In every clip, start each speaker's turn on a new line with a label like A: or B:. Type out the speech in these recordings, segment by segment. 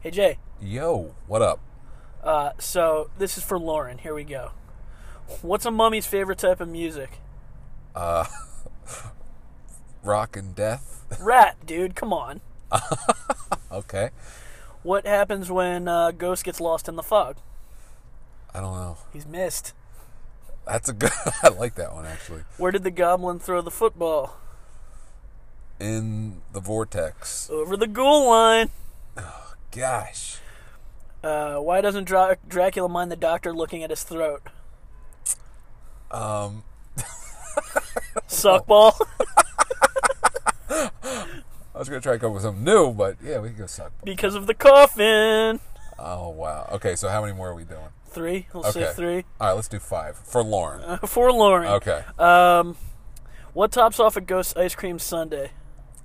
A: Hey Jay,
B: Yo, what up?
A: uh, so this is for Lauren. Here we go. What's a mummy's favorite type of music?
B: Rock and death.
A: Rat, dude, come on.
B: Okay.
A: What happens when uh, Ghost gets lost in the fog?
B: I don't know.
A: He's missed.
B: That's a good. I like that one actually.
A: Where did the goblin throw the football?
B: In the vortex.
A: Over the goal line.
B: Gosh.
A: Uh, why doesn't Dra- Dracula mind the doctor looking at his throat?
B: Um.
A: Suckball.
B: I was gonna try to come up with something new, but yeah, we can go suck.
A: because of the coffin.
B: Oh wow. Okay, so how many more are we doing?
A: Three. We'll
B: Okay.
A: say three.
B: All right, let's do five for Lauren.
A: for Lauren.
B: Okay.
A: Um, what tops off a ghost ice cream sundae?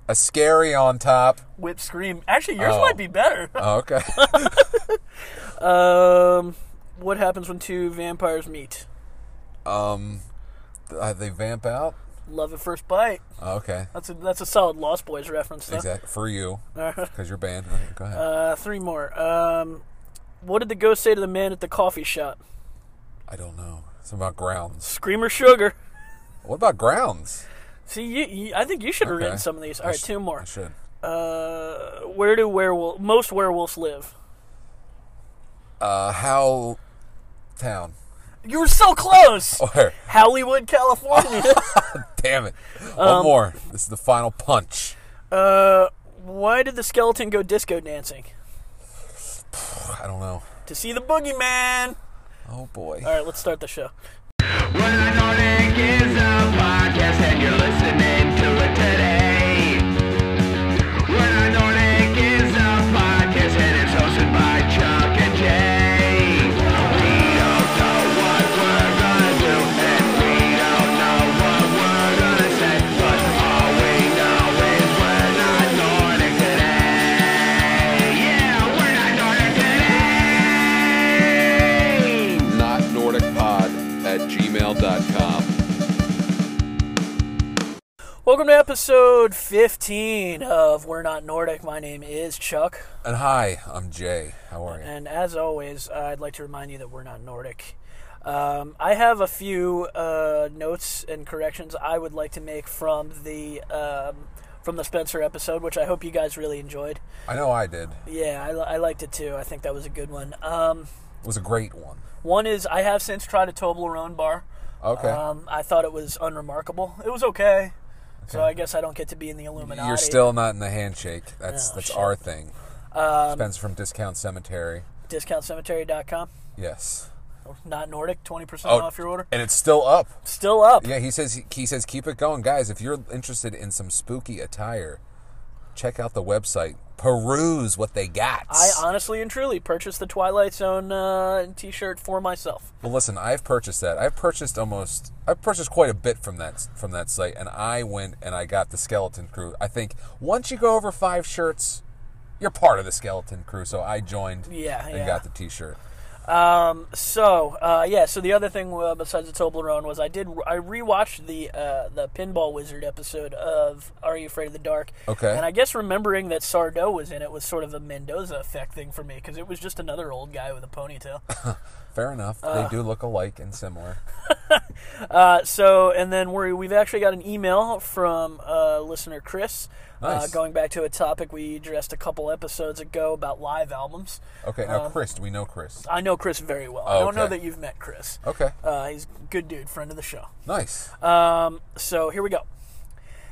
B: A scary on top.
A: Whipped cream. Actually, yours
B: Oh.
A: might be better.
B: Oh, okay.
A: Um, what happens when two vampires meet?
B: Um. Uh, they vamp out.
A: Love at first bite.
B: Okay.
A: That's a that's a solid Lost Boys reference. Though.
B: Exactly for you because you're banned. Go ahead.
A: Uh, three more. Um, what did the ghost say to the man at the coffee shop?
B: I don't know. It's about grounds.
A: Screamer sugar.
B: What about grounds?
A: See, you, you, I think you should have
B: Okay.
A: written some of these. All
B: I
A: right,
B: sh-
A: two more.
B: I should.
A: Uh, where do werewolf most werewolves live?
B: Uh, Howl Town.
A: You were so close.
B: Where?
A: Hollywood, California.
B: Damn it.
A: Um,
B: One more. This is the final punch.
A: uh, why did the skeleton go disco dancing?
B: I don't know.
A: To see the boogeyman.
B: Oh boy.
A: All right, let's start the show.
C: Well, I know Nick is a podcast and you're listening to it today. Well, I know Nick is a podcast and it's hosted by Chuck and Jay. We don't know what we're gonna do and we don't know what we're gonna say, but all we know is we're not Nordic today. Yeah, we're not Nordic today.
D: notnordicpod at gmail.com.
A: Welcome to episode 15 of We're Not Nordic. My name is Chuck,
B: And hi, I'm Jay. How are you?
A: and as always, I'd like to remind you that we're not Nordic. Um, I have a few uh, notes and corrections I would like to make from the um, from the Spencer episode, which I hope you guys really enjoyed.
B: I know I did.
A: Yeah, I, li- I liked it too. I think that was a good one. Um,
B: It was a great one.
A: one is I have since tried a Toblerone bar.
B: Okay.
A: Um, I thought it was unremarkable. It was okay. So I guess I don't get to be in the Illuminati.
B: You're still not in the handshake. That's
A: Oh,
B: that's
A: shit. Um,
B: our thing. Spencer from Discount Cemetery.
A: discountcemetery.com.
B: Yes.
A: Not Nordic, twenty percent
B: Oh,
A: off your order.
B: and it's still up.
A: Still up.
B: Yeah, he says he says keep it going, guys. If you're interested in some spooky attire, check out the website. Peruse what they got.
A: I honestly and truly purchased the Twilight Zone uh, T-shirt for myself.
B: Well, listen, I've purchased that. I've purchased almost. I've purchased quite a bit from that from that site, and I went and I got the skeleton crew. I think once you go over five shirts, you're part of the skeleton crew. So I joined.
A: Yeah,
B: and
A: yeah.
B: got the T-shirt.
A: So uh, yeah, so the other thing uh, besides the Toblerone was I did I rewatched the uh, the Pinball Wizard episode of Are You Afraid of the Dark?
B: Okay.
A: and I guess remembering that Sardo was in it was sort of a Mendoza effect thing for me because it was just another old guy with a ponytail.
B: Fair enough. they do look alike and similar.
A: Uh, so, and then we we've actually got an email from uh, listener Chris, uh,
B: Nice.
A: going back to a topic we addressed a couple episodes ago about live albums.
B: Okay,
A: uh,
B: now Chris, do we know Chris?
A: I know Chris very well. I don't know
B: Okay. Oh.
A: that you've met Chris.
B: Okay,
A: Uh, he's a good dude, friend of the show.
B: nice.
A: So here we go.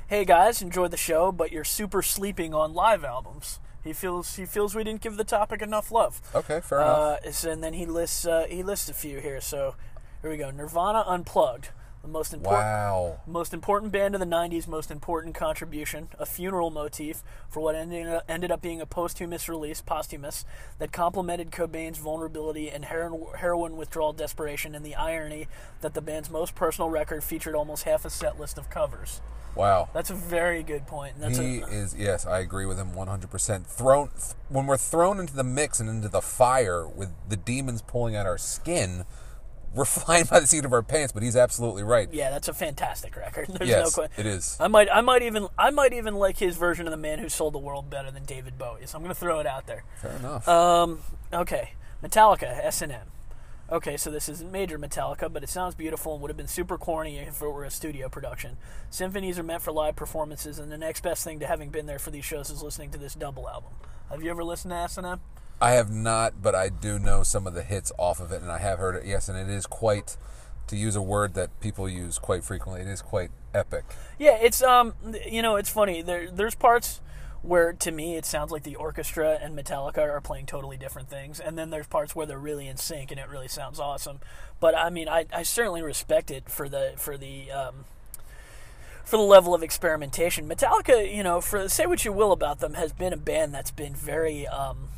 A: Hey guys, enjoyed the show, but you're super sleeping on live albums. He feels he feels we didn't give the topic enough love.
B: okay, fair
A: Uh,
B: enough.
A: so- and then he lists uh, he lists a few here. So here we go. Nirvana unplugged, the most important.
B: Wow.
A: Most important band of the 90s, most important contribution, a funeral motif for what ended, ended up being a posthumous release, posthumous, that complemented Cobain's vulnerability and heroin, heroin withdrawal desperation, and the irony that the band's most personal record featured almost half a set list of covers.
B: Wow.
A: That's a very good point. and That's
B: he
A: a,
B: is yes, I agree with him 100%. Thrown th- when we're thrown into the mix and into the fire with the demons pulling at our skin, we're flying by the seat of our pants, but he's absolutely right.
A: Yeah, that's a fantastic record. There's no
B: yes,
A: question.
B: it is.
A: I might, I might even, I might even like his version of the Man Who Sold the World better than David Bowie. So I'm gonna throw it out there.
B: Fair enough.
A: Uh, Um, Okay, Metallica, S and M. Okay, so this isn't major Metallica, but it sounds beautiful and would have been super corny if it were a studio production. Symphonies are meant for live performances, and the next best thing to having been there for these shows is listening to this double album. Have you ever listened to S and M?
B: I have not, but I do know some of the hits off of it, and I have heard it. Yes, and it is quite, to use a word that people use quite frequently, it is quite epic.
A: Yeah, it's um, you know, it's funny. There, there's parts where to me it sounds like the orchestra and Metallica are playing totally different things, and then there's parts where they're really in sync and it really sounds awesome. But I mean, I, I certainly respect it for the for the um, for the level of experimentation. Metallica, you know, for say what you will about them, has been a band that's been very um,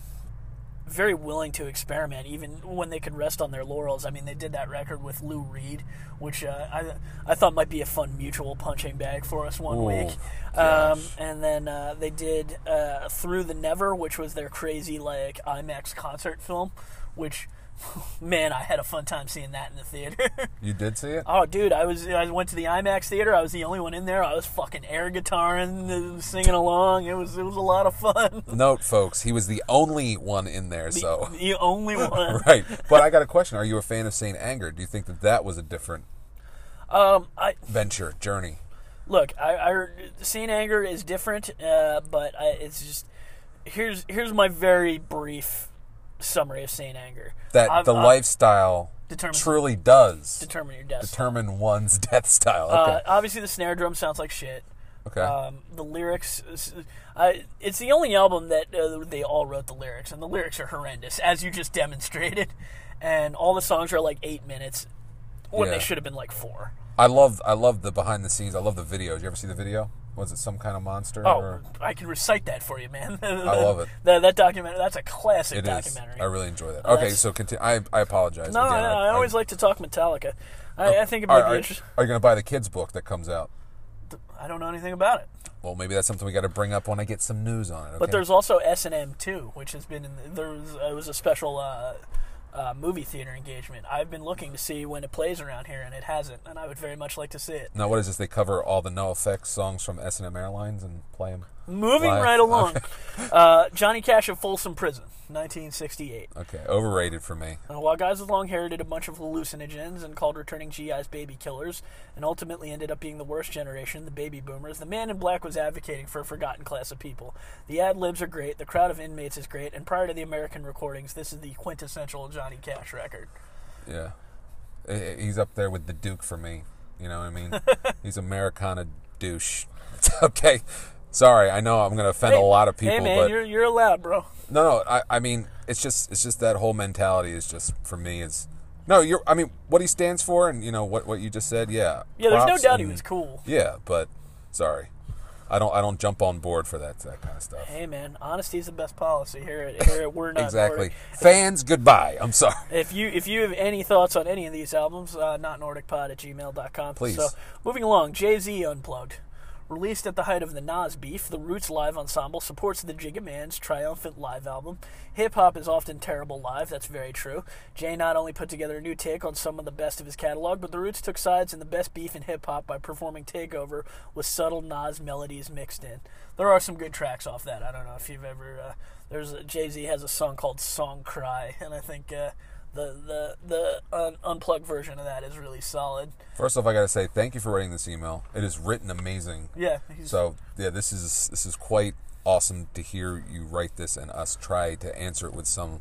A: very willing to experiment, even when they could rest on their laurels. I mean, they did that record with Lou Reed, which uh, I I thought might be a fun mutual punching bag for us one
B: Ooh,
A: week. Um, and then uh, they did uh, Through the Never, which was their crazy like IMAX concert film, which. Man, I had a fun time seeing that in the theater.
B: You did see it?
A: Oh, dude, I was I went to the IMAX theater. I was the only one in there. I was fucking air guitaring, uh, singing along. It was it was a lot of fun.
B: Note, folks, he was the only one in there, so.
A: The only one.
B: right. But I got a question. Are you a fan of Saint Anger? Do you think that that was a different
A: Um, I
B: venture, journey?
A: look. I, I Saint Anger is different, uh, but I, it's just here's here's my very brief summary of Saint Anger.
B: That
A: I've-
B: the
A: I've
B: lifestyle
A: Determines-
B: truly does determine,
A: determine your destiny.
B: one's death style.
A: Uh,
B: Okay.
A: obviously, the snare drum sounds like shit.
B: okay.
A: Um, the lyrics, s- I, it's the only album that uh, they all wrote the lyrics, and the lyrics are horrendous, as you just demonstrated. And all the songs are like eight minutes when
B: Yeah.
A: they should have been like four.
B: I love I love the behind the scenes. I love the video. Did you ever see the video? Was it some kind of monster?
A: Oh,
B: or-
A: I can recite that for you, man. I
B: love it.
A: That, that documentary, that's a classic
B: It is.
A: documentary.
B: I really enjoy that. Okay,
A: that's-
B: so continue. I, I apologize.
A: no,
B: Again,
A: no, I, always like to talk Metallica. I, I think it
B: Are,
A: might be
B: are,
A: interesting.
B: are you going to buy the kids' book that comes out?
A: I don't know anything about it.
B: Well, maybe that's something we got to bring up when I get some news on it.
A: But
B: okay?
A: there's also S and M too, which has been in the, there was it was a special uh, uh, movie theater engagement. I've been looking to see when it plays around here, and it hasn't, and I would very much like to see it.
B: now what is this? They cover all the No Effects songs from S and M Airlines and play them.
A: Moving
B: Live.
A: right along, uh, Johnny Cash of Folsom Prison, 1968.
B: Okay, overrated for me.
A: Uh, while guys with long hair did a bunch of hallucinogens and called returning GIs baby killers, and ultimately ended up being the worst generation, the baby boomers, the man in black was advocating for a forgotten class of people. The ad libs are great, the crowd of inmates is great, and prior to the American recordings, this is the quintessential Johnny Cash record.
B: Yeah, I- I- he's up there with the Duke for me. You know what I mean? he's Americana douche. okay, sorry. I know I'm going to offend a lot of people.
A: Hey man,
B: but
A: you're you're allowed, bro.
B: No, no. I, I mean, it's just, it's just that whole mentality is just for me is. No, you're. I mean, what he stands for, and you know what what you just said. Yeah.
A: Yeah, there's no
B: props
A: doubt he
B: and-
A: was cool.
B: Yeah, but sorry, I don't. I don't jump on board for that that kind of stuff.
A: Hey man, honesty's the best policy. Here at here at We're Not
B: exactly.
A: Nordic.
B: Fans, goodbye. I'm sorry.
A: If you if you have any thoughts on any of these albums, uh, not NordicPod at gmail.com.
B: Please.
A: So moving along, Jay Z Unplugged. Released at the height of the Nas beef, the Roots Live Ensemble supports the Jigga Man's triumphant live album. Hip hop is often terrible live, that's very true. Jay not only put together a new take on some of the best of his catalog, but the Roots took sides in the best beef in hip hop by performing Takeover with subtle Nas melodies mixed in. There are some good tracks off that. I don't know if you've ever. Uh, there's Jay Z has a song called Song Cry, and I think uh, the the the un- unplugged version of that is really solid.
B: First off, I gotta say thank you for writing this email. It is written amazing.
A: Yeah, he's,
B: So yeah, this is this is quite awesome to hear you write this and us try to answer it with some,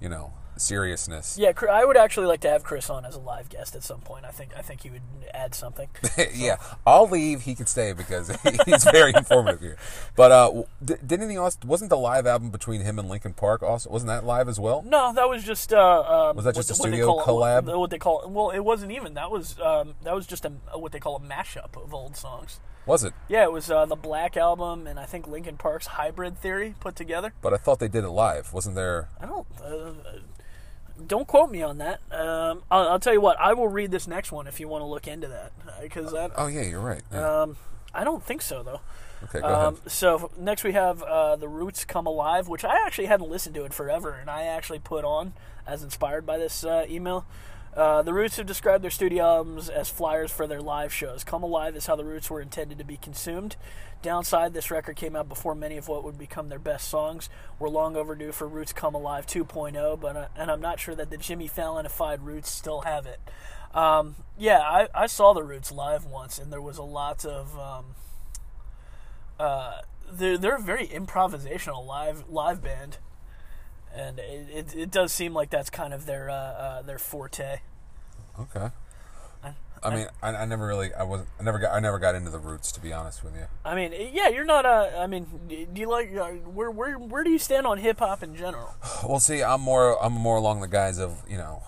B: you know, seriousness.
A: yeah. Cr- I would actually like to have Chris on as a live guest at some point. I think I think he would add something.
B: yeah, I'll leave. He can stay because he's very informative here. But uh, w- di- didn't he also? Wasn't the live album between him and Lincoln Park also? Wasn't that live as well?
A: no, that was just uh, um,
B: Was that just
A: what-
B: a
A: what they
B: studio
A: call it- what-
B: collab?
A: What they call it- well, it wasn't even that was um, that was just a what they call a mashup of old songs.
B: Was it?
A: Yeah, it was uh, the Black album and I think Linkin Park's Hybrid Theory put together.
B: But I thought they did it live. Wasn't there?
A: I don't. Uh, don't quote me on that. Um, I'll, I'll tell you what. I will read this next one if you want to look into that, because I,
B: Oh yeah, you're right. Yeah.
A: um, I don't think so though.
B: okay, go
A: Um,
B: ahead.
A: so next we have uh, the Roots Come Alive, which I actually hadn't listened to in forever, and I actually put on as inspired by this uh, email. Uh, the Roots have described their studio albums as flyers for their live shows. Come Alive is how the Roots were intended to be consumed. Downside, this record came out before many of what would become their best songs. We're long overdue for Roots Come Alive 2.0, but uh, and I'm not sure that the Jimmy Fallonified Roots still have it. Um, yeah, I, I saw the Roots live once, and there was a lot of. Um, they're, they're a very improvisational live live band, and it, it, it does seem like that's kind of their uh, uh, their forte.
B: Okay. I mean, I, I never really, I was, I never got, I never got into the roots, to be honest with you.
A: I mean, yeah, you're not a. I mean, do you like uh, where where where do you stand on hip hop in general?
B: Well, see, I'm more, I'm more along the guise of, you know,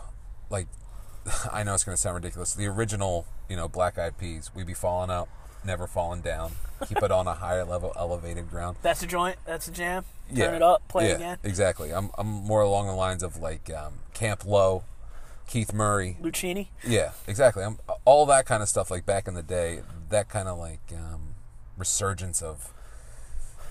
B: like, I know it's going to sound ridiculous. The original, you know, Black Eyed Peas, we be falling up, never falling down, keep it on a higher level, elevated ground.
A: That's a joint. That's a jam. Turn it up. Play
B: yeah,
A: it again.
B: Exactly. I'm, I'm more along the lines of like um, Camp Low, Keith Murray.
A: Lucini.
B: Yeah, exactly. I'm, all that kind of stuff, like back in the day, that kind of like um, resurgence of.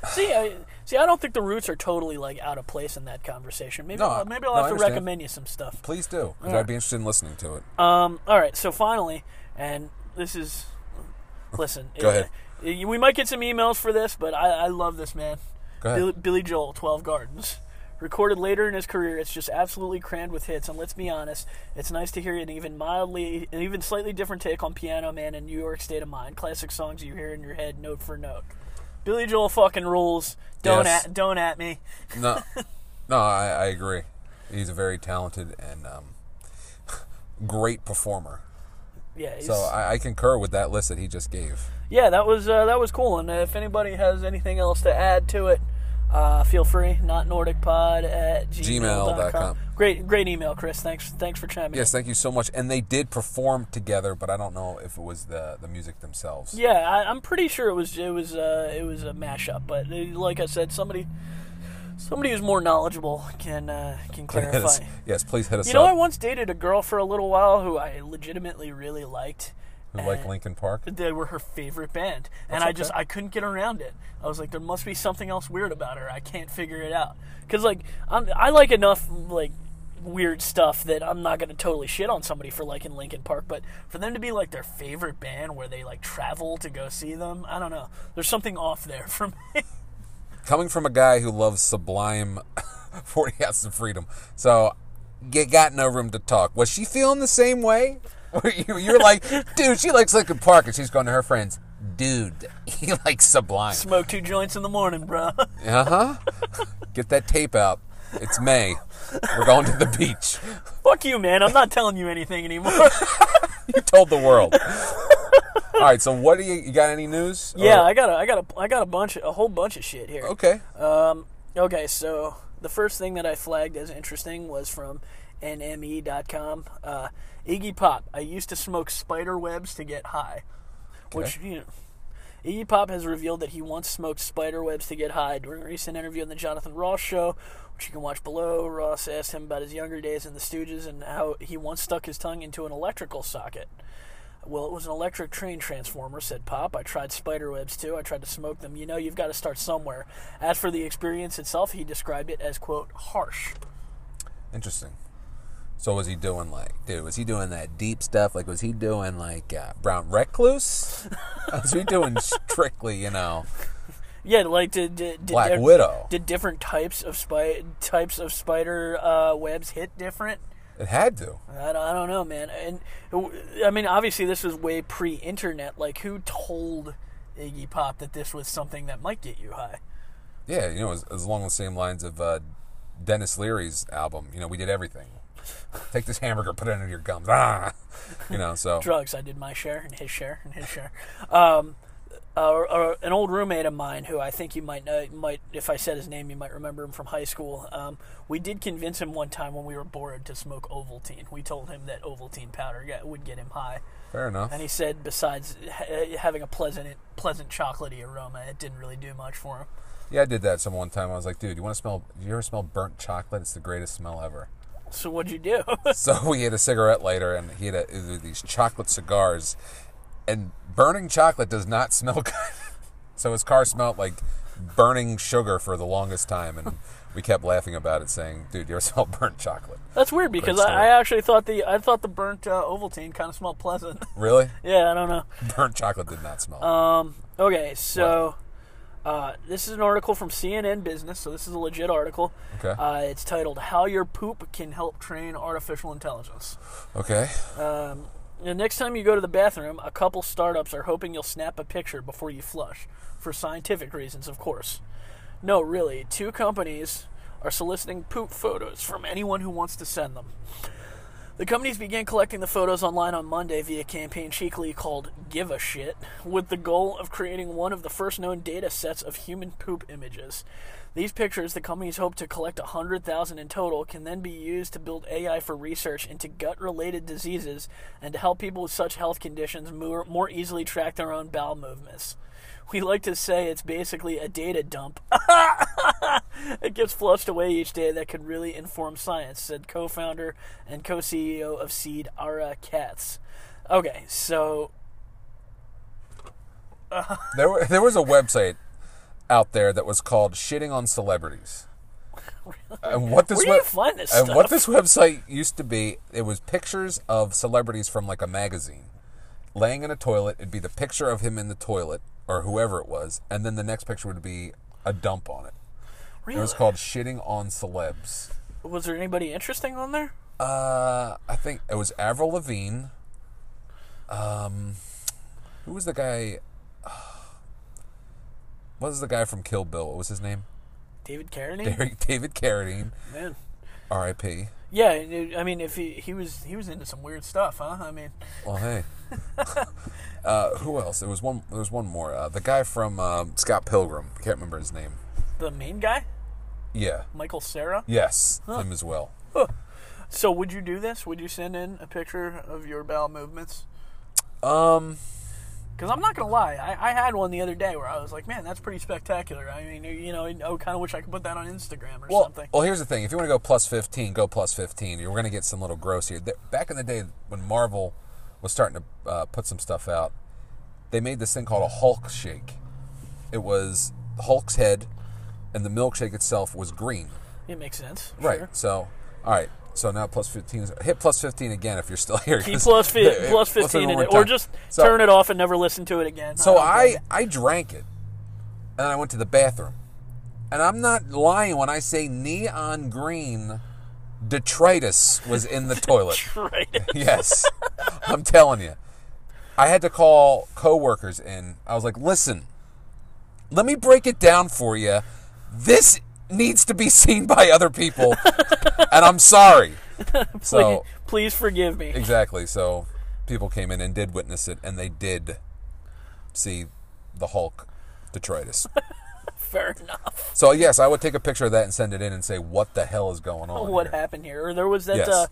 A: See, I, see, I don't think the Roots are totally like out of place in that conversation. Maybe,
B: No,
A: I'll, maybe I'll
B: no, I
A: have to
B: understand.
A: recommend you some stuff.
B: Please do. 'cause I'd be interested in listening to it.
A: Um, all right, so finally, and this is, listen,
B: Go ahead.
A: it- we might get some emails for this, but I, I love this man.
B: Go ahead.
A: Billy, Billy Joel, Twelve Gardens. Recorded later in his career, it's just absolutely crammed with hits. And let's be honest, it's nice to hear an even mildly, an even slightly different take on Piano Man and New York State of Mind, classic songs you hear in your head, note for note. Billy Joel fucking rules. Don't
B: Yes.
A: at, don't at me.
B: No, no, I, I agree. He's a very talented and um, great performer.
A: Yeah. he's-
B: So I, I concur with that list that he just gave.
A: yeah, that was uh, that was cool. And if anybody has anything else to add to it, uh, feel free. Not NordicPod at
B: Gmail dot
A: gmail.com.
B: com.
A: Great, great email, Chris. Thanks, thanks for chiming. in.
B: Yes, thank you so much. And they did perform together, but I don't know if it was the, the music themselves.
A: Yeah, I, I'm pretty sure it was it was uh, it was a mashup. But uh, like I said, somebody somebody who's more knowledgeable can uh, can
B: Hit us-
A: clarify.
B: yes, please hit us
A: You know,
B: up.
A: I once dated a girl for a little while who I legitimately really liked.
B: Who like
A: and-
B: Lincoln Park?
A: they were her favorite band and i just
B: okay.
A: i couldn't get around it i was like there must be something else weird about her i can't figure it out because like I'm, i like enough like weird stuff that i'm not going to totally shit on somebody for liking linkin park but for them to be like their favorite band where they like travel to go see them i don't know there's something off there for me
B: Coming from a guy who loves Sublime, Forty Ounces of Freedom, so you got no room to talk. Was she feeling the same way? Were you, you're like, dude, she likes Lincoln Park, and she's going to her friends. Dude, he likes Sublime.
A: smoke two joints in the morning bro
B: Uh huh. Get that tape out. It's May. We're going to the beach.
A: fuck you man i'm not telling you anything anymore
B: You told the world. All right. So, what do you, you got? Any news?
A: yeah
B: Or-
A: i got a i got a i got a bunch of, a whole bunch of shit here
B: Okay.
A: Okay, so the first thing that I flagged as interesting was from NME.com. Uh, Iggy Pop. I used to smoke spider webs to get high. Which, you know, Iggy Pop has revealed that he once smoked spider webs to get high during a recent interview on the Jonathan Ross show, which you can watch below. Ross asked him about his younger days in the Stooges and how he once stuck his tongue into an electrical socket. Well, it was an electric train transformer, said Pop. I tried spider webs too. I tried to smoke them. You know, you've got to start somewhere. As for the experience itself, he described it as, quote, harsh.
B: Interesting. So was he doing like, dude? Was he doing that deep stuff? Like, was he doing like uh, Brown Recluse? was he doing strictly, you know,
A: Yeah, like did, did, did
B: Black Widow?
A: Did different types of spi- types of spider uh, webs hit different?
B: It had to.
A: I don't, I don't know, man. And w- I mean, obviously, this was way pre-internet. Like, who told Iggy Pop that this was something that might get you high?
B: Yeah, you know, it was, it was along the same lines of uh, Dennis Leary's album. You know, we did everything. Take this hamburger, put it under your gums. Ah, you know. So
A: drugs. I did my share and his share and his share. Um, uh, uh, an old roommate of mine who I think you might know, might if I said his name, you might remember him from high school. Um, we did convince him one time when we were bored to smoke Ovaltine. We told him that Ovaltine powder got, would get him high,
B: fair enough.
A: and he said besides ha- uh, having a pleasant pleasant chocolatey aroma, it didn't really do much for him.
B: Yeah, I did that some one time. I was like, dude, you want to smell? You ever smell burnt chocolate? It's the greatest smell ever.
A: So what'd you do?
B: So we had a cigarette later, and he had a, it was these chocolate cigars, and burning chocolate does not smell good. So his car smelled like burning sugar for the longest time, and we kept laughing about it, saying, "Dude, yours all burnt chocolate."
A: That's weird because
B: story.
A: I, I actually thought the I thought the burnt uh, Ovaltine kind of smelled pleasant.
B: Really?
A: yeah, I don't know.
B: Burnt chocolate did not smell.
A: Okay, so uh, this is an article from CNN Business, so this is a legit article.
B: Okay.
A: Uh, it's titled "How Your Poop Can Help Train Artificial Intelligence."
B: okay.
A: The next time you go to the bathroom, a couple startups are hoping you'll snap a picture before you flush, for scientific reasons, of course. No, really, two companies are soliciting poop photos from anyone who wants to send them. The companies began collecting the photos online on Monday via a campaign cheekily called Give a Shit, with the goal of creating one of the first known data sets of human poop images. These pictures, the companies hope to collect 100,000 in total, can then be used to build AI for research into gut related diseases and to help people with such health conditions more, more easily track their own bowel movements. We like to say it's basically a data dump. it gets flushed away each day that could really inform science, said co founder and co CEO of Seed, Ara Katz. Okay, so
B: There, wa- there was a website out there that was called "Shitting on Celebrities." And what this
A: Where do you
B: web-
A: find this
B: and what
A: stuff?
B: this website used to be, it was pictures of celebrities from like a magazine, laying in a toilet. It'd be the picture of him in the toilet or whoever it was, and then the next picture would be a dump on it.
A: really,
B: It was
A: was,
B: called "Shitting on Celebs."
A: there anybody interesting on there?
B: Uh, I think it was Avril Lavigne. Um, who was the guy? What was the guy from Kill Bill? What was his name?
A: David Carradine?
B: Derek David Carradine,
A: Man.
B: R.I.P.
A: Yeah, uh, I- I mean, if he, he was he was into some weird stuff, huh? I mean,
B: Well, hey. uh, who else? There was one. There was one more. Uh, the guy from um, Scott Pilgrim. I can't remember his name.
A: the main guy,
B: Yeah.
A: Michael Sarah.
B: Yes, him as well.
A: So, would you do this? Would you send in a picture of your bowel movements?
B: Um,
A: Because I'm not gonna lie, I, I had one the other day where I was like, man, that's pretty spectacular. I mean, you know, I kind of wish I could put that on Instagram or
B: well,
A: something.
B: well, here's the thing. If you want to go plus 15, go plus 15. You're going to get some little gross here. Th- Back in the day when Marvel was starting to uh, put some stuff out, they made this thing called a Hulk shake. It was Hulk's head, and the milkshake itself was green.
A: It makes sense.
B: Right.
A: Sure.
B: So, all right. So now plus 15 is hit plus 15 again if you're still here.
A: Keep plus, fi-
B: Yeah, yeah,
A: plus
B: listen
A: 15
B: one
A: in
B: more
A: it, or
B: time.
A: just
B: So-
A: turn it off and never listen to it again.
B: So
A: don't
B: I
A: care.
B: I drank it, and I went to the bathroom, and I'm not lying when I say neon green detritus was in the toilet.
A: Right.
B: Yes, I'm telling you. I had to call coworkers in. I was like, "Listen, let me break it down for you. This needs to be seen by other people, and I'm sorry." So
A: Please forgive me.
B: exactly. So people came in and did witness it, and they did see the Hulk detritus.
A: Fair enough.
B: so yes, I would take a picture of that and send it in and say, "What the hell is going on?"
A: What
B: here?"
A: happened here? Or there was that.
B: Oh, Yes.
A: Uh,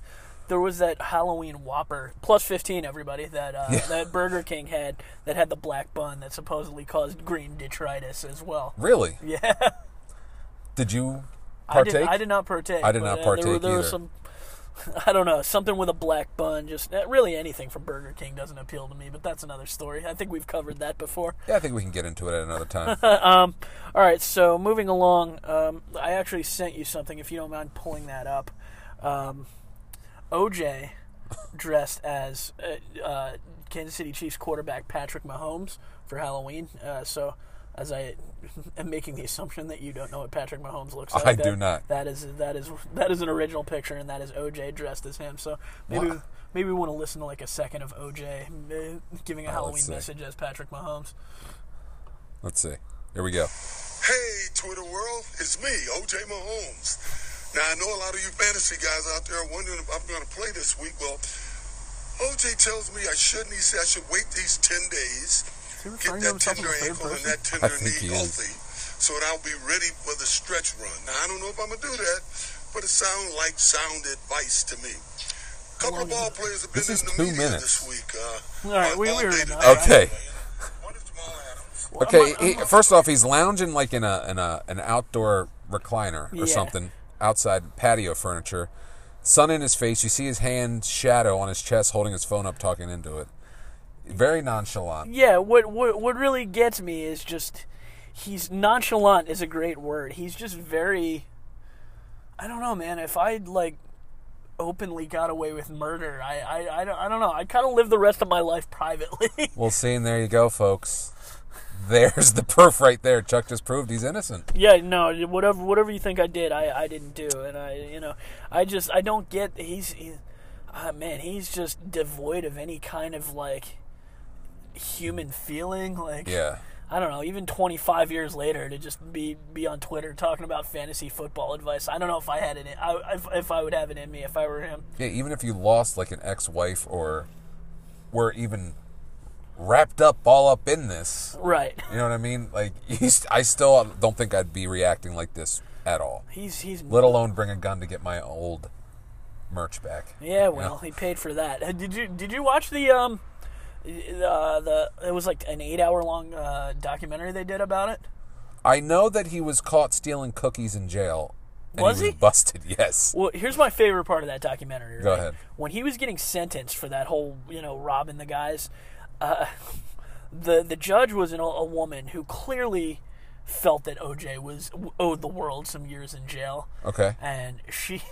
A: there was that Halloween Whopper plus fifteen. Everybody that uh, that Burger King had that had the black bun that supposedly caused green detritus as well.
B: Really? Yeah. Did you
A: I
B: partake?
A: did, I did not partake.
B: I did
A: but,
B: not
A: uh, there, were-
B: partake
A: there was
B: either.
A: some, I don't know, something with a black bun. Just uh, really anything from Burger King doesn't appeal to me. But that's another story. I think we've covered that before.
B: Yeah, I think we can get into it at another time.
A: All right, so moving along, um, I actually sent you something. If you don't mind pulling that up, um, OJ dressed as uh, uh, Kansas City Chiefs quarterback Patrick Mahomes for Halloween. Uh, so, as I am making the assumption that you don't know what Patrick Mahomes looks like,
B: I
A: that-
B: do not.
A: That is that is that is an original picture, and that is OJ dressed as him. So maybe.
B: Wha-
A: Maybe we want to listen to like a second of OJ uh,
B: Oh,
A: giving a Halloween
B: see.
A: message as Patrick Mahomes.
B: Let's see. Here we go.
E: Hey, Twitter world, it's me, OJ Mahomes. Now, I know a lot of you fantasy guys out there are wondering if I'm going to play this week. Well, OJ tells me I shouldn't. He said I should wait these 10 days,
A: he referring to
E: get that
A: himself in
E: tender
A: the third
E: ankle and
A: person?
E: that tender
B: I think
E: knee
B: he is.
E: healthy so that I'll be ready for the stretch run. Now, I don't know if I'm going to do that, but it sounds like sound advice to me. A couple of ball players have been
B: This is
E: in the
B: two
E: media
B: minutes.
E: this week. Uh,
A: All right, we- we were
E: dated.
A: enough.
B: Okay.
E: What if Jamal Adams?
B: Okay. He, first off, he's lounging like in a in a an outdoor recliner or
A: Yeah.
B: something outside patio furniture. Sun in his face. You see his hand shadow on his chest, holding his phone up, talking into it. Very nonchalant.
A: yeah, what what what really gets me is just he's nonchalant is a great word. He's just very I don't know, man. If I like openly got away with murder, I I, I, don't, I don't know. I'd kind of live the rest of my life privately.
B: Well, see, and there you go, folks. There's the proof right there. Chuck just proved he's innocent.
A: yeah, no, whatever whatever you think I did, I I didn't do, and I you know I just I don't get he's he, ah, man he's just devoid of any kind of like human feeling like
B: Yeah.
A: I don't know, even 25 years later to just be be on Twitter talking about fantasy football advice. I don't know if I had it. In, I if, if I would have it in me if I were him.
B: Yeah, even if you lost like an ex-wife or were even wrapped up all up in this,
A: Right.
B: you know what I mean? Like, you st- I still don't think I'd be reacting like this at all.
A: He's he's
B: Let alone bring a gun to get my old merch back.
A: Yeah, well, he paid for that. Uh, Did you did you watch the um uh, the it was like an 8-hour long uh, documentary they did about it?
B: I know that he was caught stealing cookies in jail. And
A: Was
B: he? Was
A: he?
B: busted. Yes.
A: Well, here's my favorite part of that documentary.
B: Go
A: right?
B: ahead.
A: When he was getting sentenced for that whole, you know, robbing the guys, uh, the the judge was an, a woman who clearly felt that OJ was owed the world some years in jail,
B: Okay.
A: and she.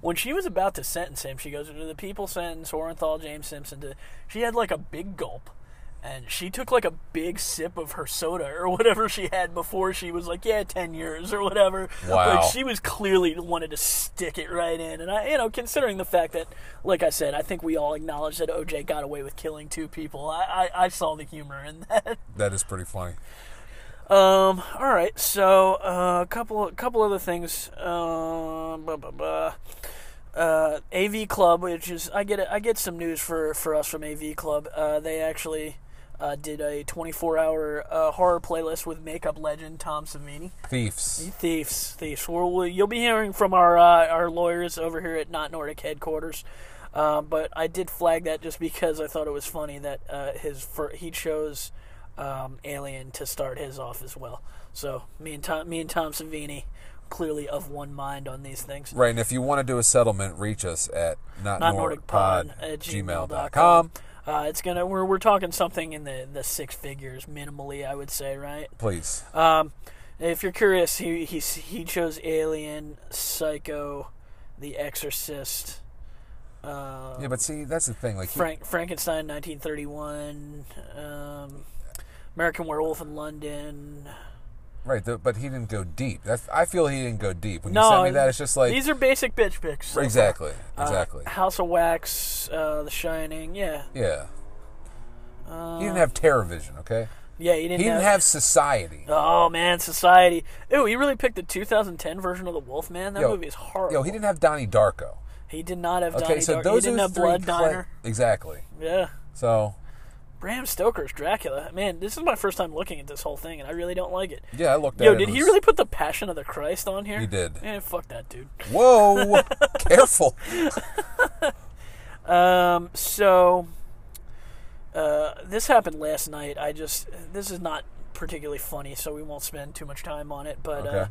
A: When she was about to sentence him, she goes, "The people sentence Orenthal James Simpson to." She had like a big gulp, and she took like a big sip of her soda or whatever she had before she was like, "Yeah, ten years or whatever."
B: Wow.
A: Like she was clearly wanted to stick it right in, and I, you know, considering the fact that, like I said, I think we all acknowledge that OJ got away with killing two people. I, I, I saw the humor in that.
B: That is pretty funny.
A: Um. All right. So uh, a couple, couple other things. Um. blah, blah, blah. Uh, AV Club, which is I get I get some news for for us from AV Club. Uh, they actually uh, did a 24 hour uh, horror playlist with makeup legend Tom Savini.
B: Thieves.
A: Thieves, thieves. We're, we, you'll be hearing from our uh, our lawyers over here at Not Nordic headquarters. Uh, but I did flag that just because I thought it was funny that uh, his fir- he chose um, Alien to start his off as well. So me and Tom, me and Tom Savini, clearly of one mind on these things.
B: Right, and if you want to do a settlement, reach us at not,
A: Not
B: Nordic
A: NordicPod
B: Pod
A: at
B: gmail.com.
A: gmail.com. Uh, it's gonna we're we're talking something in the the six figures minimally, I would say, right?
B: Please.
A: Um, if you're curious, he he he chose Alien, Psycho, The Exorcist, uh,
B: yeah, but see, that's the thing. Like, he-
A: Frank Frankenstein, 1931, um, American Werewolf in London.
B: right, th- but he didn't go deep. That's, I feel he didn't go deep. When you
A: No,
B: sent me that, it's just like
A: these are basic bitch picks. so
B: exactly,
A: far. Uh,
B: exactly.
A: House of Wax, uh, The Shining. Yeah,
B: yeah. he
A: Uh,
B: didn't have terror vision. Okay,
A: yeah. He didn't,
B: he didn't
A: have.
B: have society.
A: Oh man, Society. Ooh, he really picked the 2010 version of The Wolf Man. That
B: Yo,
A: movie is horrible.
B: Yo, he didn't have Donnie Darko.
A: He did not have.
B: Okay,
A: Donnie
B: so
A: Darko.
B: those
A: he didn't
B: are
A: have
B: three
A: Blood
B: cla-
A: Diner.
B: Exactly.
A: Yeah.
B: So
A: Bram Stoker's Dracula. Man, this is my first time looking at this whole thing, and I really don't like it.
B: yeah, I looked at
A: Yo,
B: it,
A: did
B: it
A: he
B: was-
A: really put the Passion of the Christ on here?
B: He did.
A: Eh, fuck that dude.
B: Whoa, careful.
A: Um, so uh, this happened last night. I just this is not particularly funny, so we won't spend too much time on it. But uh,
B: Okay.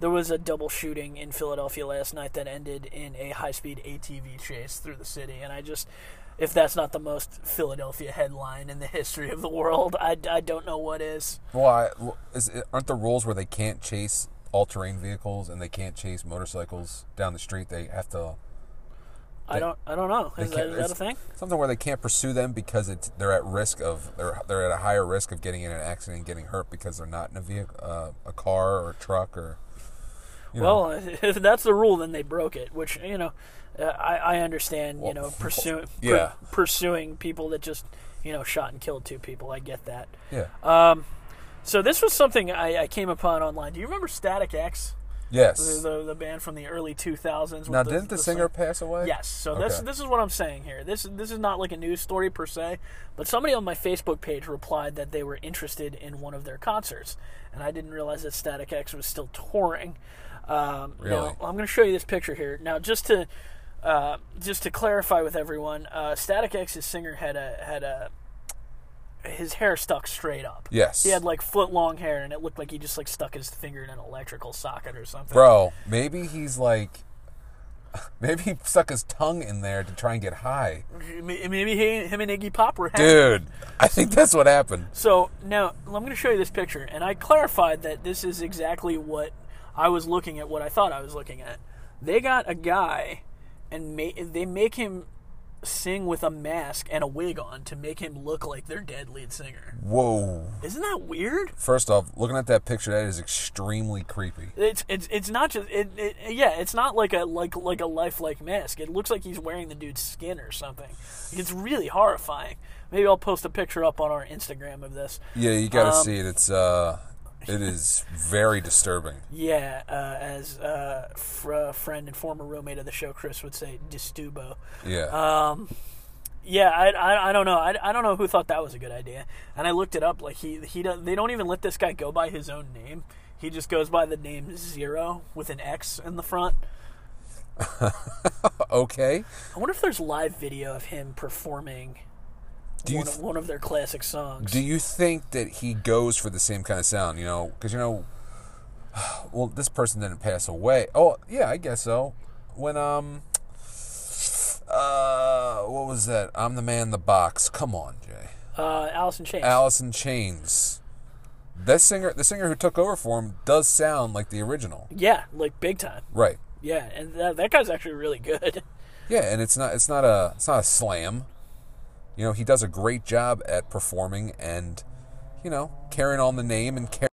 A: there was a double shooting in Philadelphia last night that ended in a high-speed ATV chase through the city, and I just. If that's not the most Philadelphia headline in the history of the world, I, I don't know what is.
B: Why is it, aren't the rules where they can't chase all-terrain vehicles and they can't chase motorcycles down the street? They have to
A: I don't I don't know. Is that,
B: They can't-
A: is that a
B: it's
A: thing?
B: Something where they can't pursue them because it's they're at risk of they're they're at a higher risk of getting in an accident and getting hurt because they're not in a vehicle, uh, a car or a truck or. You know.
A: Well, if that's the rule, then they broke it, which you know, uh, I, I understand. you know, pursuing
B: yeah.
A: pursuing people that just you know shot and killed two people. I get that.
B: yeah.
A: So this was something I, I came upon online. Do you remember Static X, the
B: yes.
A: the, the band from the early two thousands?
B: now, didn't the, singer pass away?
A: Yes. So this
B: Okay.
A: this is what I'm saying here. This this is not like a news story per se, but somebody on my Facebook page replied that they were interested in one of their concerts, and I didn't realize that Static X was still touring. Um,
B: Really?
A: Now, I'm going to show you this picture here now, just to uh, just to clarify with everyone. Uh, Static X's singer had a had a his hair stuck straight up.
B: Yes.
A: He had like foot long hair, and it looked like he just like stuck his finger in an electrical socket or something.
B: Bro, maybe he's like Maybe he stuck his tongue in there to try and get high.
A: May- Maybe he, him and Iggy Pop were hanging.
B: Dude, I think that's what happened.
A: So now I'm going to show you this picture, and I clarified that this is exactly what I was looking at. What I thought I was looking at. They got a guy, and ma- they make him sing with a mask and a wig on to make him look like their dead lead singer.
B: Whoa.
A: Isn't that weird?
B: First off, looking at that picture, that is extremely creepy.
A: It's it's it's not just it, it yeah. It's not like a like like a lifelike mask. It looks like he's wearing the dude's skin or something. Like, it's really horrifying. Maybe I'll post a picture up on our Instagram of this.
B: Yeah, you gotta
A: Um,
B: see it. It's uh, it is very disturbing.
A: Yeah, uh, as uh, fr- uh, friend and former roommate of the show, Chris would say, "Distubo."
B: Yeah,
A: Yeah, I, I, I don't know. I, I don't know who thought that was a good idea. And I looked it up. Like he he do, they don't even let this guy go by his own name. He just goes by the name Zero with an X in the front. uh,
B: okay.
A: I wonder if there's live video of him performing
B: Do you
A: one, of, one of their classic songs.
B: do you think that he goes for the same kind of sound? You know, because you know, well, this person didn't pass away. Oh, yeah, I guess so. When um, uh, what was that? I'm the man in the box. Come on, Jay.
A: uh, Alice in Chains.
B: Alice in Chains. That singer, the singer who took over for him, does sound like the original.
A: yeah, like big time.
B: Right.
A: Yeah, and that, that guy's actually really good.
B: Yeah, and it's not it's not a it's not a slam. You know, he does a great job at performing and, you know, carrying on the name and car-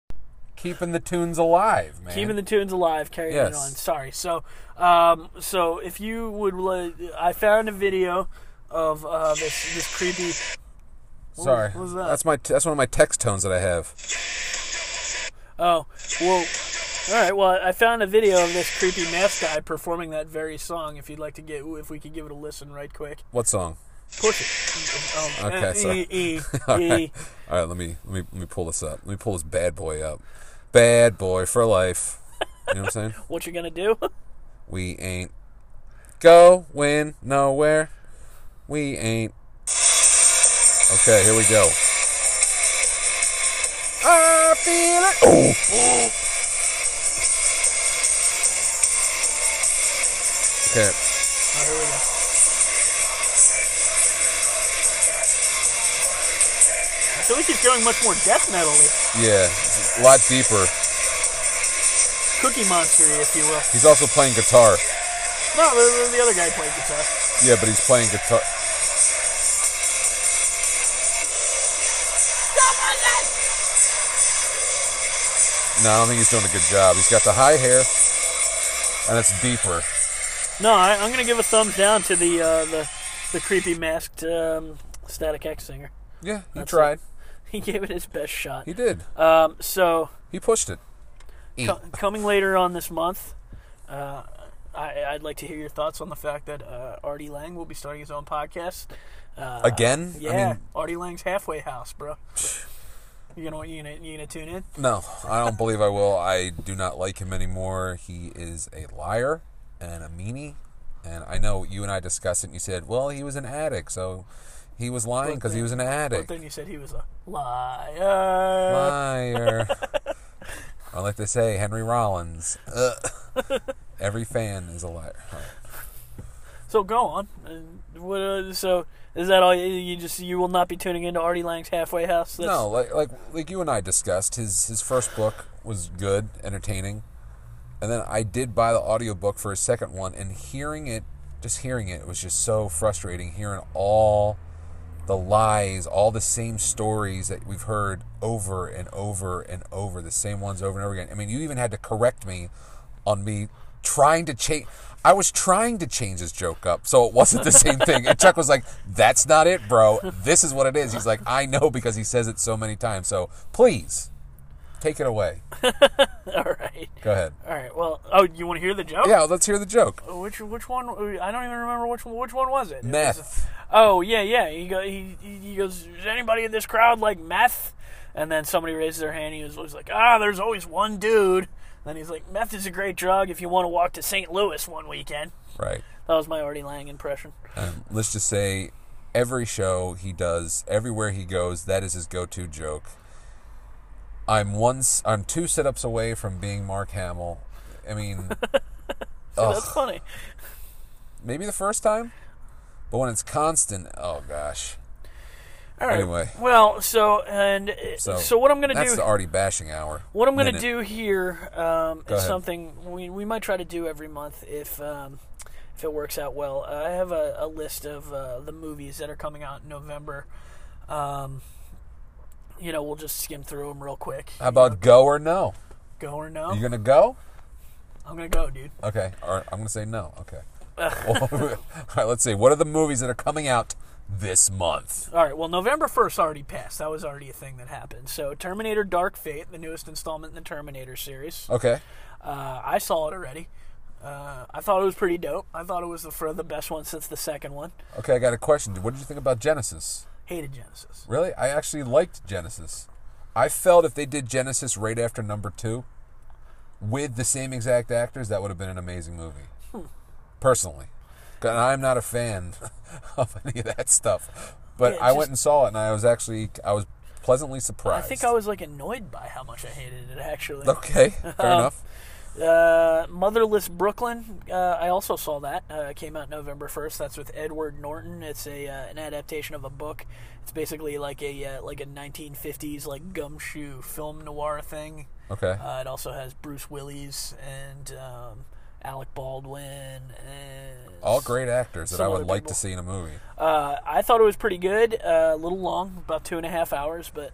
B: keeping the tunes alive, man.
A: Keeping the tunes alive, carrying it
B: Yes.
A: on. Sorry. So, um, so if you would, li- I found a video of uh, this this creepy.
B: Sorry,
A: what was that?
B: that's my t- that's one of my text tones that I have.
A: Oh, well. All right. Well, I found a video of this creepy mask guy performing that very song. If you'd like to get, if we could give it a listen, right quick.
B: What song?
A: Push it. Um,
B: Okay,
A: eh,
B: sorry.
A: eh, eh,
B: All
A: eh.
B: right, all right. Let me let me let me pull this up. Let me pull this bad boy up. Bad boy for life. You know what I'm saying?
A: What you gonna do? Oh,
B: We ain't going nowhere. We ain't. Okay, here we go. I feel it. Oh. Okay.
A: Oh, here we go. I feel like he's going much more death metal,
B: Yeah, a lot deeper.
A: Cookie Monster, if you will.
B: He's also playing guitar.
A: No, the, the- the other guy played guitar.
B: Yeah, but he's playing guitar. No, I don't think he's doing a good job. He's got the high hair, and it's deeper.
A: No, I, I'm gonna give a thumbs down to the uh, the the creepy masked um, Static X singer.
B: Yeah, he
A: That's
B: tried.
A: He gave it his best shot.
B: He did.
A: Um, so
B: He pushed it. E,
A: co- coming later on this month, uh, I, I'd like to hear your thoughts on the fact that uh, Artie Lang will be starting his own podcast. Uh,
B: Again? I
A: Yeah,
B: mean-
A: Artie Lang's halfway house, bro. You gonna you gonna you gonna tune in?
B: No, I don't believe I will. I do not like him anymore. He is a liar and a meanie. And I know you and I discussed it. And you said, "Well, he was an addict, so he was lying because he was an
A: But
B: addict."
A: then you said he was a liar.
B: Liar. or like they say, Henry Rollins. Ugh. Every fan is a liar. All right.
A: So go on. Uh, what, uh, so is that all? You, you just you will not be tuning into Artie Lang's halfway house. That's,
B: No, like like like you and I discussed, his his first book was good, entertaining. And then I did buy the audiobook for his second one and hearing it just hearing it was just so frustrating hearing all the lies, all the same stories that we've heard over and over and over, the same ones over and over again. I mean, you even had to correct me on me trying to change. I was trying to change his joke up, so it wasn't the same thing. And Chuck was like, "That's not it, bro. This is what it is." He's like, "I know because he says it so many times." So please, take it away.
A: All right.
B: Go ahead.
A: All right. Well, oh, you want to hear the joke?
B: Yeah, let's hear the joke.
A: Which which one? I don't even remember which one. Which one was it? It was-
B: Meth.
A: oh yeah, yeah. He go, he he he goes. Does anybody in this crowd like meth? And then somebody raises their hand. He was always like, ah, there's always one dude. Then he's like, meth is a great drug if you want to walk to St. Louis one weekend.
B: Right.
A: That was my Artie Lang impression.
B: um, let's just say every show he does, everywhere he goes, that is his go-to joke. I'm once, I'm two sit-ups away from being Mark Hamill. I mean,
A: That's funny.
B: maybe the first time, but when it's constant, oh gosh.
A: All right.
B: Anyway.
A: Well, so and uh,
B: So,
A: so, what I'm going to
B: that's
A: do
B: the Artie bashing hour.
A: what I'm going to
B: Minute.
A: do here um, is
B: ahead.
A: something we, we might try to do every month if um, if it works out well. Uh, I have a, a list of uh, the movies that are coming out in November. Um, you know, we'll just skim through them real quick.
B: How about go or no?
A: Go or no?
B: Are you gonna go?
A: I'm gonna go, dude.
B: Okay. Or I'm gonna say no. Okay. All right. Let's see. What are the movies that are coming out this month?
A: All right. Well, November first already passed. That was already a thing that happened. So, Terminator: Dark Fate, the newest installment in the Terminator series.
B: Okay.
A: Uh, I saw it already. Uh, I thought it was pretty dope. I thought it was the for the best one since the second one.
B: Okay. I got a question. What did you think about Genesis?
A: Hated Genesis.
B: Really? I actually liked Genesis. I felt if they did Genesis right after number two, with the same exact actors, that would have been an amazing movie.
A: Hmm.
B: Personally, 'Cause I'm not a fan of any of that stuff. But
A: Yeah,
B: I went
A: just-
B: and saw it, and I was actually I was pleasantly surprised.
A: I think I was like annoyed by how much I hated it. Actually,
B: Okay, fair enough.
A: uh, Motherless Brooklyn. Uh, I also saw that. Uh, it came out November first. That's with Edward Norton. It's a uh, an adaptation of a book. It's basically like a uh, like a 1950s like gumshoe film noir thing.
B: Okay.
A: Uh, it also has Bruce Willis and um, Alec Baldwin. And
B: All great actors that
A: some
B: I would
A: other
B: like to
A: people.
B: see in a movie.
A: Uh, I thought it was pretty good. Uh, a little long, about two and a half hours, but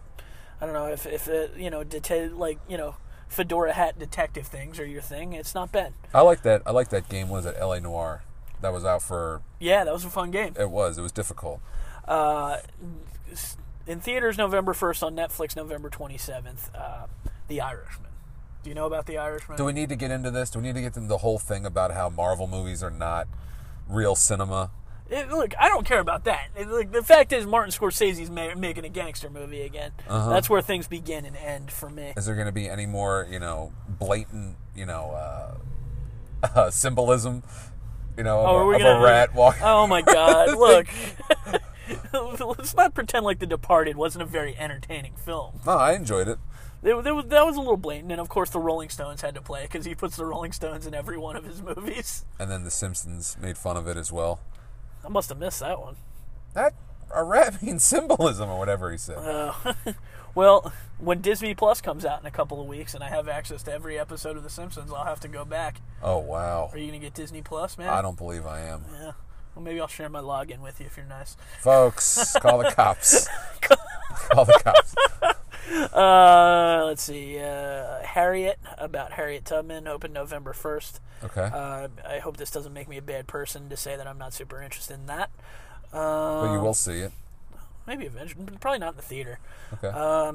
A: I don't know if if it, you know dete- like you know fedora hat detective things are your thing. It's not bad.
B: I like that. I like that game. Was at L.A. Noir? That was out for.
A: Yeah, that was a fun game.
B: It was. It was difficult.
A: Uh, s- in theaters November first on Netflix November twenty seventh. Uh, the Irishman. Do you know about The Irishman?
B: Do we need to get into this? Do we need to get into the whole thing about how Marvel movies are not real cinema?
A: It- look, I don't care about that. It- look, the fact is, Martin Scorsese's ma- making a gangster movie again.
B: Uh-huh.
A: That's where things begin and end for me.
B: Is there going to be any more, you know, blatant, you know, uh, uh, symbolism? You know,
A: Oh,
B: of,
A: are
B: a-
A: we
B: of
A: gonna-
B: a rat walking.
A: Oh my God! Look, let's not pretend like The Departed wasn't a very entertaining film.
B: No, I enjoyed it.
A: There- there was- that was a little blatant, and of course, the Rolling Stones had to play it because he puts the Rolling Stones in every one of his movies.
B: And then The Simpsons made fun of it as well.
A: I must have missed that one.
B: That a rat means symbolism or whatever he said.
A: Uh, Well, when Disney Plus comes out in a couple of weeks, and I have access to every episode of The Simpsons, I'll have to go back.
B: oh wow!
A: Are you gonna get Disney Plus, man?
B: I don't believe I am.
A: Yeah. Well, maybe I'll share my login with you if you're nice.
B: folks call the cops call the cops
A: Uh, let's see. Uh, Harriet, about Harriet Tubman, opened November 1st.
B: okay
A: Uh, I hope this doesn't make me a bad person to say that I'm not super interested in that. Uh,
B: but you
A: um,
B: will see it
A: Maybe eventually, but probably not in the theater.
B: okay
A: uh,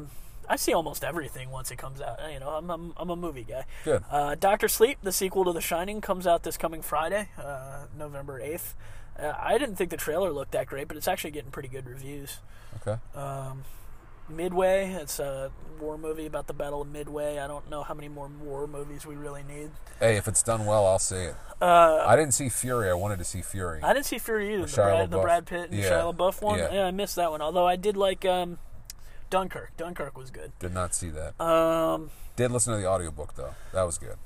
A: I see almost everything once it comes out. You know, I'm, I'm, I'm a movie guy.
B: Good.
A: Uh, Doctor Sleep, the sequel to The Shining, comes out this coming Friday, uh, November 8th. Uh, I didn't think the trailer looked that great, but it's actually getting pretty good reviews.
B: okay
A: Midway. It's a war movie about the Battle of Midway. I don't know how many more war movies we really need.
B: hey if it's done well i'll see it i didn't see fury i wanted to see fury
A: Uh, I didn't see Fury either. The
B: Shia
A: Brad, the
B: LaBeouf.
A: Brad Pitt and
B: Yeah.
A: Shia LaBeouf one.
B: Yeah.
A: Yeah. I missed that one. Although I did like um, Dunkirk. Dunkirk was good.
B: did not see that um did listen to the audiobook though that was good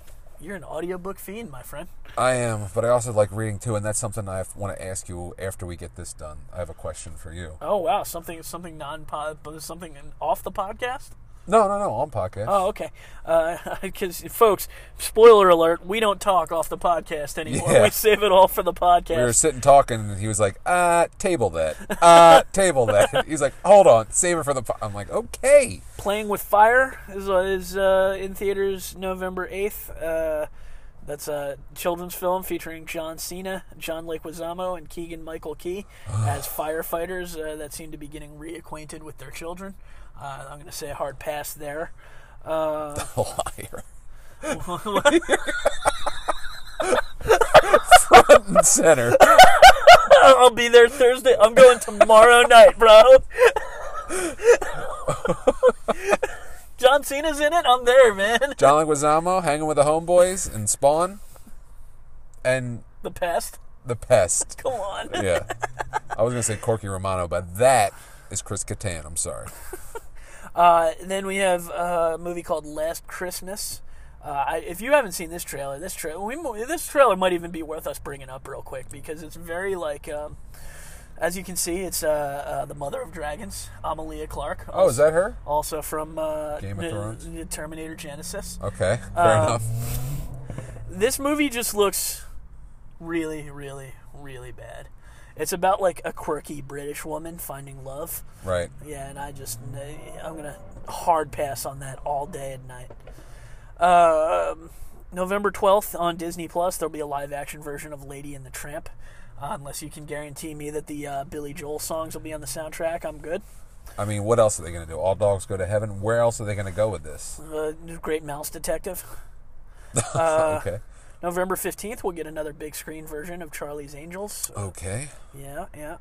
A: You're an audiobook fiend, my friend.
B: i am but i also like reading too and that's something i want to ask you after we get this done i have a question for you
A: Oh wow, something something non pod, something off the podcast.
B: no no no on podcast
A: Oh okay, because folks, spoiler alert: we don't talk off the podcast anymore.
B: Yeah.
A: We save it all for the podcast.
B: we were sitting talking, and he was like, "Uh, table that. Uh, table that." He's like, "Hold on, save it for the." Po-. I'm like, "Okay."
A: Playing with Fire is, is uh, in theaters November 8th. Uh, that's a children's film featuring John Cena, John Leguizamo, and Keegan Michael Key as firefighters uh, that seem to be getting reacquainted with their children. Uh, I'm going to say a hard pass there. Uh,
B: liar. Front and center.
A: I'll be there Thursday. I'm going tomorrow night, bro. John Cena's in it. I'm there, man.
B: John Leguizamo hanging with the homeboys and Spawn and
A: The pest.
B: the Pest.
A: Come on.
B: Yeah, I was gonna say Corky Romano, but that is Chris Kattan. I'm sorry.
A: Uh, and then we have uh, a movie called Last Christmas. Uh, I, if you haven't seen this trailer, this trailer, we, mo- this trailer might even be worth us bringing up real quick because it's very like, um, as you can see, it's uh, uh, the mother of dragons, Amalia Clark.
B: Oh, is that her?
A: also from uh,
B: Game of
A: the-
B: Thrones? Uh,
A: the Terminator Genesis?
B: Okay, fair
A: Um,
B: enough.
A: this movie just looks really, really, really bad. It's about like a quirky British woman finding love.
B: Right.
A: Yeah, and I just eh, I'm gonna hard pass on that all day and night. Um, November 12th on Disney Plus, there'll be a live action version of Lady and the Tramp. Uh, unless you can guarantee me that the uh, Billy Joel songs will be on the soundtrack, I'm good.
B: I mean, what else are they going to do? All dogs go to heaven. Where else are they going to go with this?
A: Uh, Great Mouse Detective. Uh,
B: okay.
A: November 15th, we'll get another big screen version of Charlie's Angels.
B: Okay.
A: Yeah, yeah.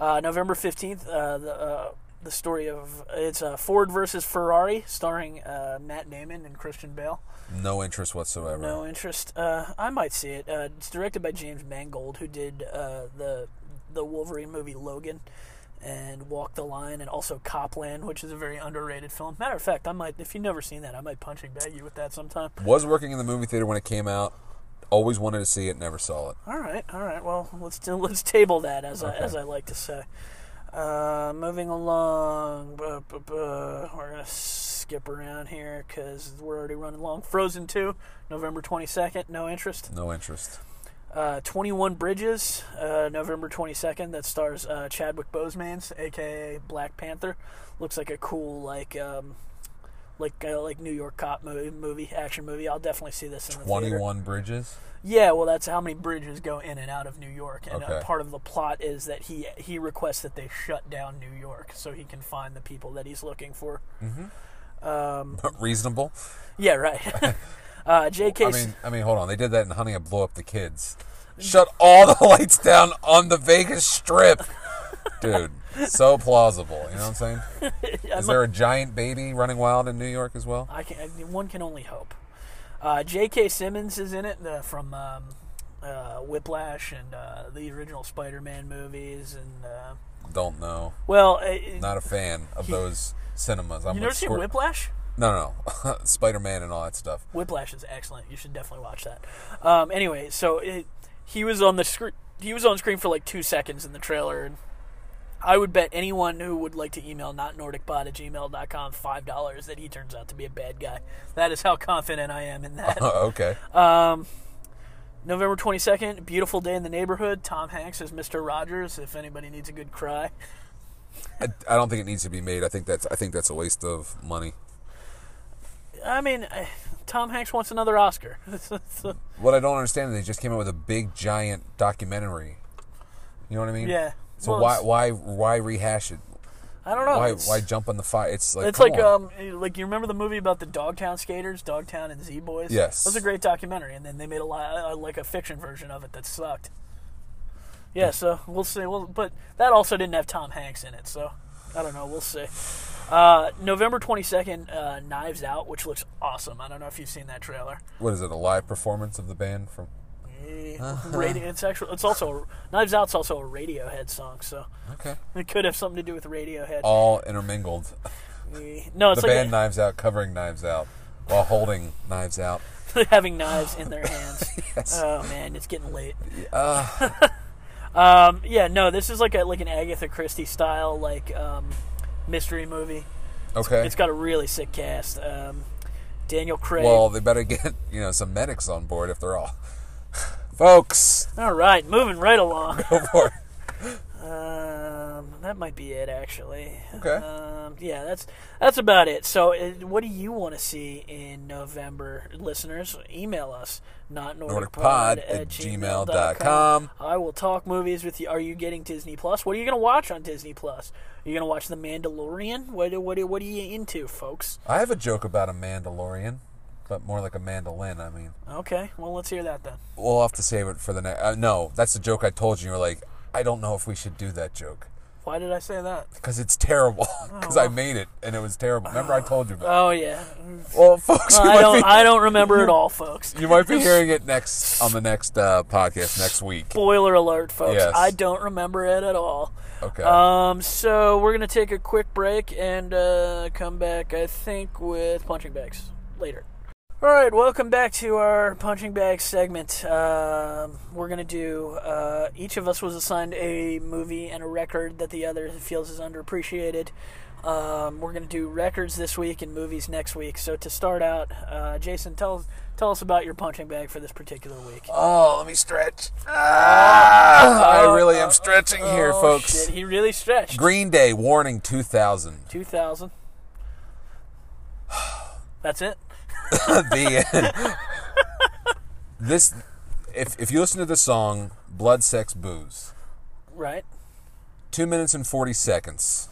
A: Uh, November fifteenth, uh, the uh, the story of it's uh, Ford versus Ferrari, starring uh, Matt Damon and Christian Bale.
B: No interest whatsoever.
A: No interest. Uh, I might see it. Uh, it's directed by James Mangold, who did uh, the the Wolverine movie Logan and Walk the Line, and also Copland, which is a very underrated film. Matter of fact, I might if you've never seen that, I might punching bag you with that sometime.
B: Was working in the movie theater when it came out. Always wanted to see it, never saw it.
A: All right, all right. Well, let's do, let's table that as I, as I like to say. Uh, moving along, buh, buh, buh. we're gonna skip around here because we're already running long. Frozen two, November twenty second. No interest.
B: No interest.
A: Uh, Twenty one Bridges, uh, November twenty second. That stars uh, Chadwick Boseman's, aka Black Panther. Looks like a cool like. Um, like uh, like New York cop movie, movie action movie. I'll definitely see this in the theater.
B: 21 Bridges.
A: Yeah, well, that's how many bridges go in and out of New York, and uh
B: Okay.
A: part of the plot is that he he requests that they shut down New York so he can find the people that he's looking for.
B: Mm. Reasonable.
A: Yeah, right. uh, J.K.
B: I mean, I mean, hold on. They did that in Honey, I Blew Up the Kids. Shut all the lights down on the Vegas Strip. Dude, so plausible. You know what I'm saying? Is there a giant baby running wild in New York as well?
A: I can, I, one can only hope. Uh, J.K. Simmons is in it the, from um, uh, Whiplash and uh, the original Spider-Man movies, and uh,
B: Don't know.
A: well, uh,
B: Not a fan of those cinemas. I'm
A: you never
B: with
A: seen
B: Squir-
A: Whiplash?
B: No, no, no. Spider Man and all that stuff.
A: Whiplash is excellent. You should definitely watch that. Um, anyway, so it, he was on the screen. He was on screen for like two seconds in the trailer, and I would bet anyone who would like to email notnordicpod at gmail.com five dollars that he turns out to be a bad guy. That is how confident I am in that.
B: Oh, okay.
A: Uh, November twenty second, beautiful day in the neighborhood. Tom Hanks is Mister Rogers. If anybody needs a good cry,
B: I, I don't think it needs to be made. I think that's I think that's a waste of money.
A: I mean, I, Tom Hanks wants another Oscar. It's- it's-
B: What I don't understand is they just came out with a big giant documentary. You know what I mean?
A: Yeah.
B: So
A: Well,
B: why
A: it's-
B: why why rehash it?
A: I don't know.
B: why
A: It's-
B: why jump on the fire? It's like
A: It's
B: come
A: like
B: on.
A: um like you remember the movie about the Dogtown skaters, Dogtown and Z Boys.
B: Yes.
A: it was a great documentary, and then they made a lot uh, like a fiction version of it that sucked. Yeah, so we'll see. Well, but that also didn't have Tom Hanks in it, so I don't know. We'll see. Uh, November twenty second, uh, Knives Out, which looks awesome. I don't know if you've seen that trailer.
B: what is it? A live performance of the band from?
A: Eh,
B: Uh-huh.
A: Radio, it's actually it's also Knives Out's also a Radiohead song, so
B: Okay.
A: it could have something to do with Radiohead.
B: All intermingled.
A: Eh, No,
B: Oh, The
A: it's like
B: band Knives Out covering Knives Out while holding Knives Out.
A: having knives in their hands. Oh man, it's getting late.
B: uh.
A: um, yeah, no, this is like a like an Agatha Christie style like um, mystery movie.
B: Okay.
A: It's got a really sick cast. Um, Daniel Craig.
B: well, they better get you know some medics on board if they're all folks.
A: All right, moving right along.
B: Go for it.
A: Um, that might be it actually.
B: Okay.
A: Um, yeah, that's that's about it. So, uh, what do you want to see in November, listeners? Email us not
B: NordicPod at gmail dot com.
A: I will talk movies with you. Are you getting Disney Plus? What are you going to watch on Disney Plus? Are you going to watch The Mandalorian? What what what are you into, folks?
B: I have a joke about a Mandalorian, but more like a mandolin. I mean,
A: Okay, well let's hear that then.
B: we'll have to save it for the next. Uh, no, that's the joke I told you. You were like, I don't know if we should do that joke
A: Why did I say that?
B: because it's terrible. Because I made it and it was terrible. Remember I told you about.
A: Oh yeah,
B: it? Well, folks, you,
A: I
B: might
A: don't
B: be,
A: I don't remember at all, folks.
B: you might be hearing it next on the next uh, podcast next week.
A: Spoiler alert, folks.
B: Yes.
A: I don't remember it at all.
B: Okay.
A: Um, so we're gonna take a quick break and uh, come back. I think with punching bags later. All right, welcome back to our punching bag segment. Um we're gonna do. Uh, each of us was assigned a movie and a record that the other feels is underappreciated. Um, we're gonna do records this week and movies next week. So to start out, uh, Jason, tell tell us about your punching bag for this particular week.
B: Oh, let me stretch. Ah, I really am stretching here,
A: Uh, Oh,
B: folks.
A: shit, he really stretched.
B: Green Day Warning 2000.
A: Two thousand. That's it.
B: the this if if you listen to the song Blood Sex Booze,
A: Right.
B: 2 minutes and 40 seconds.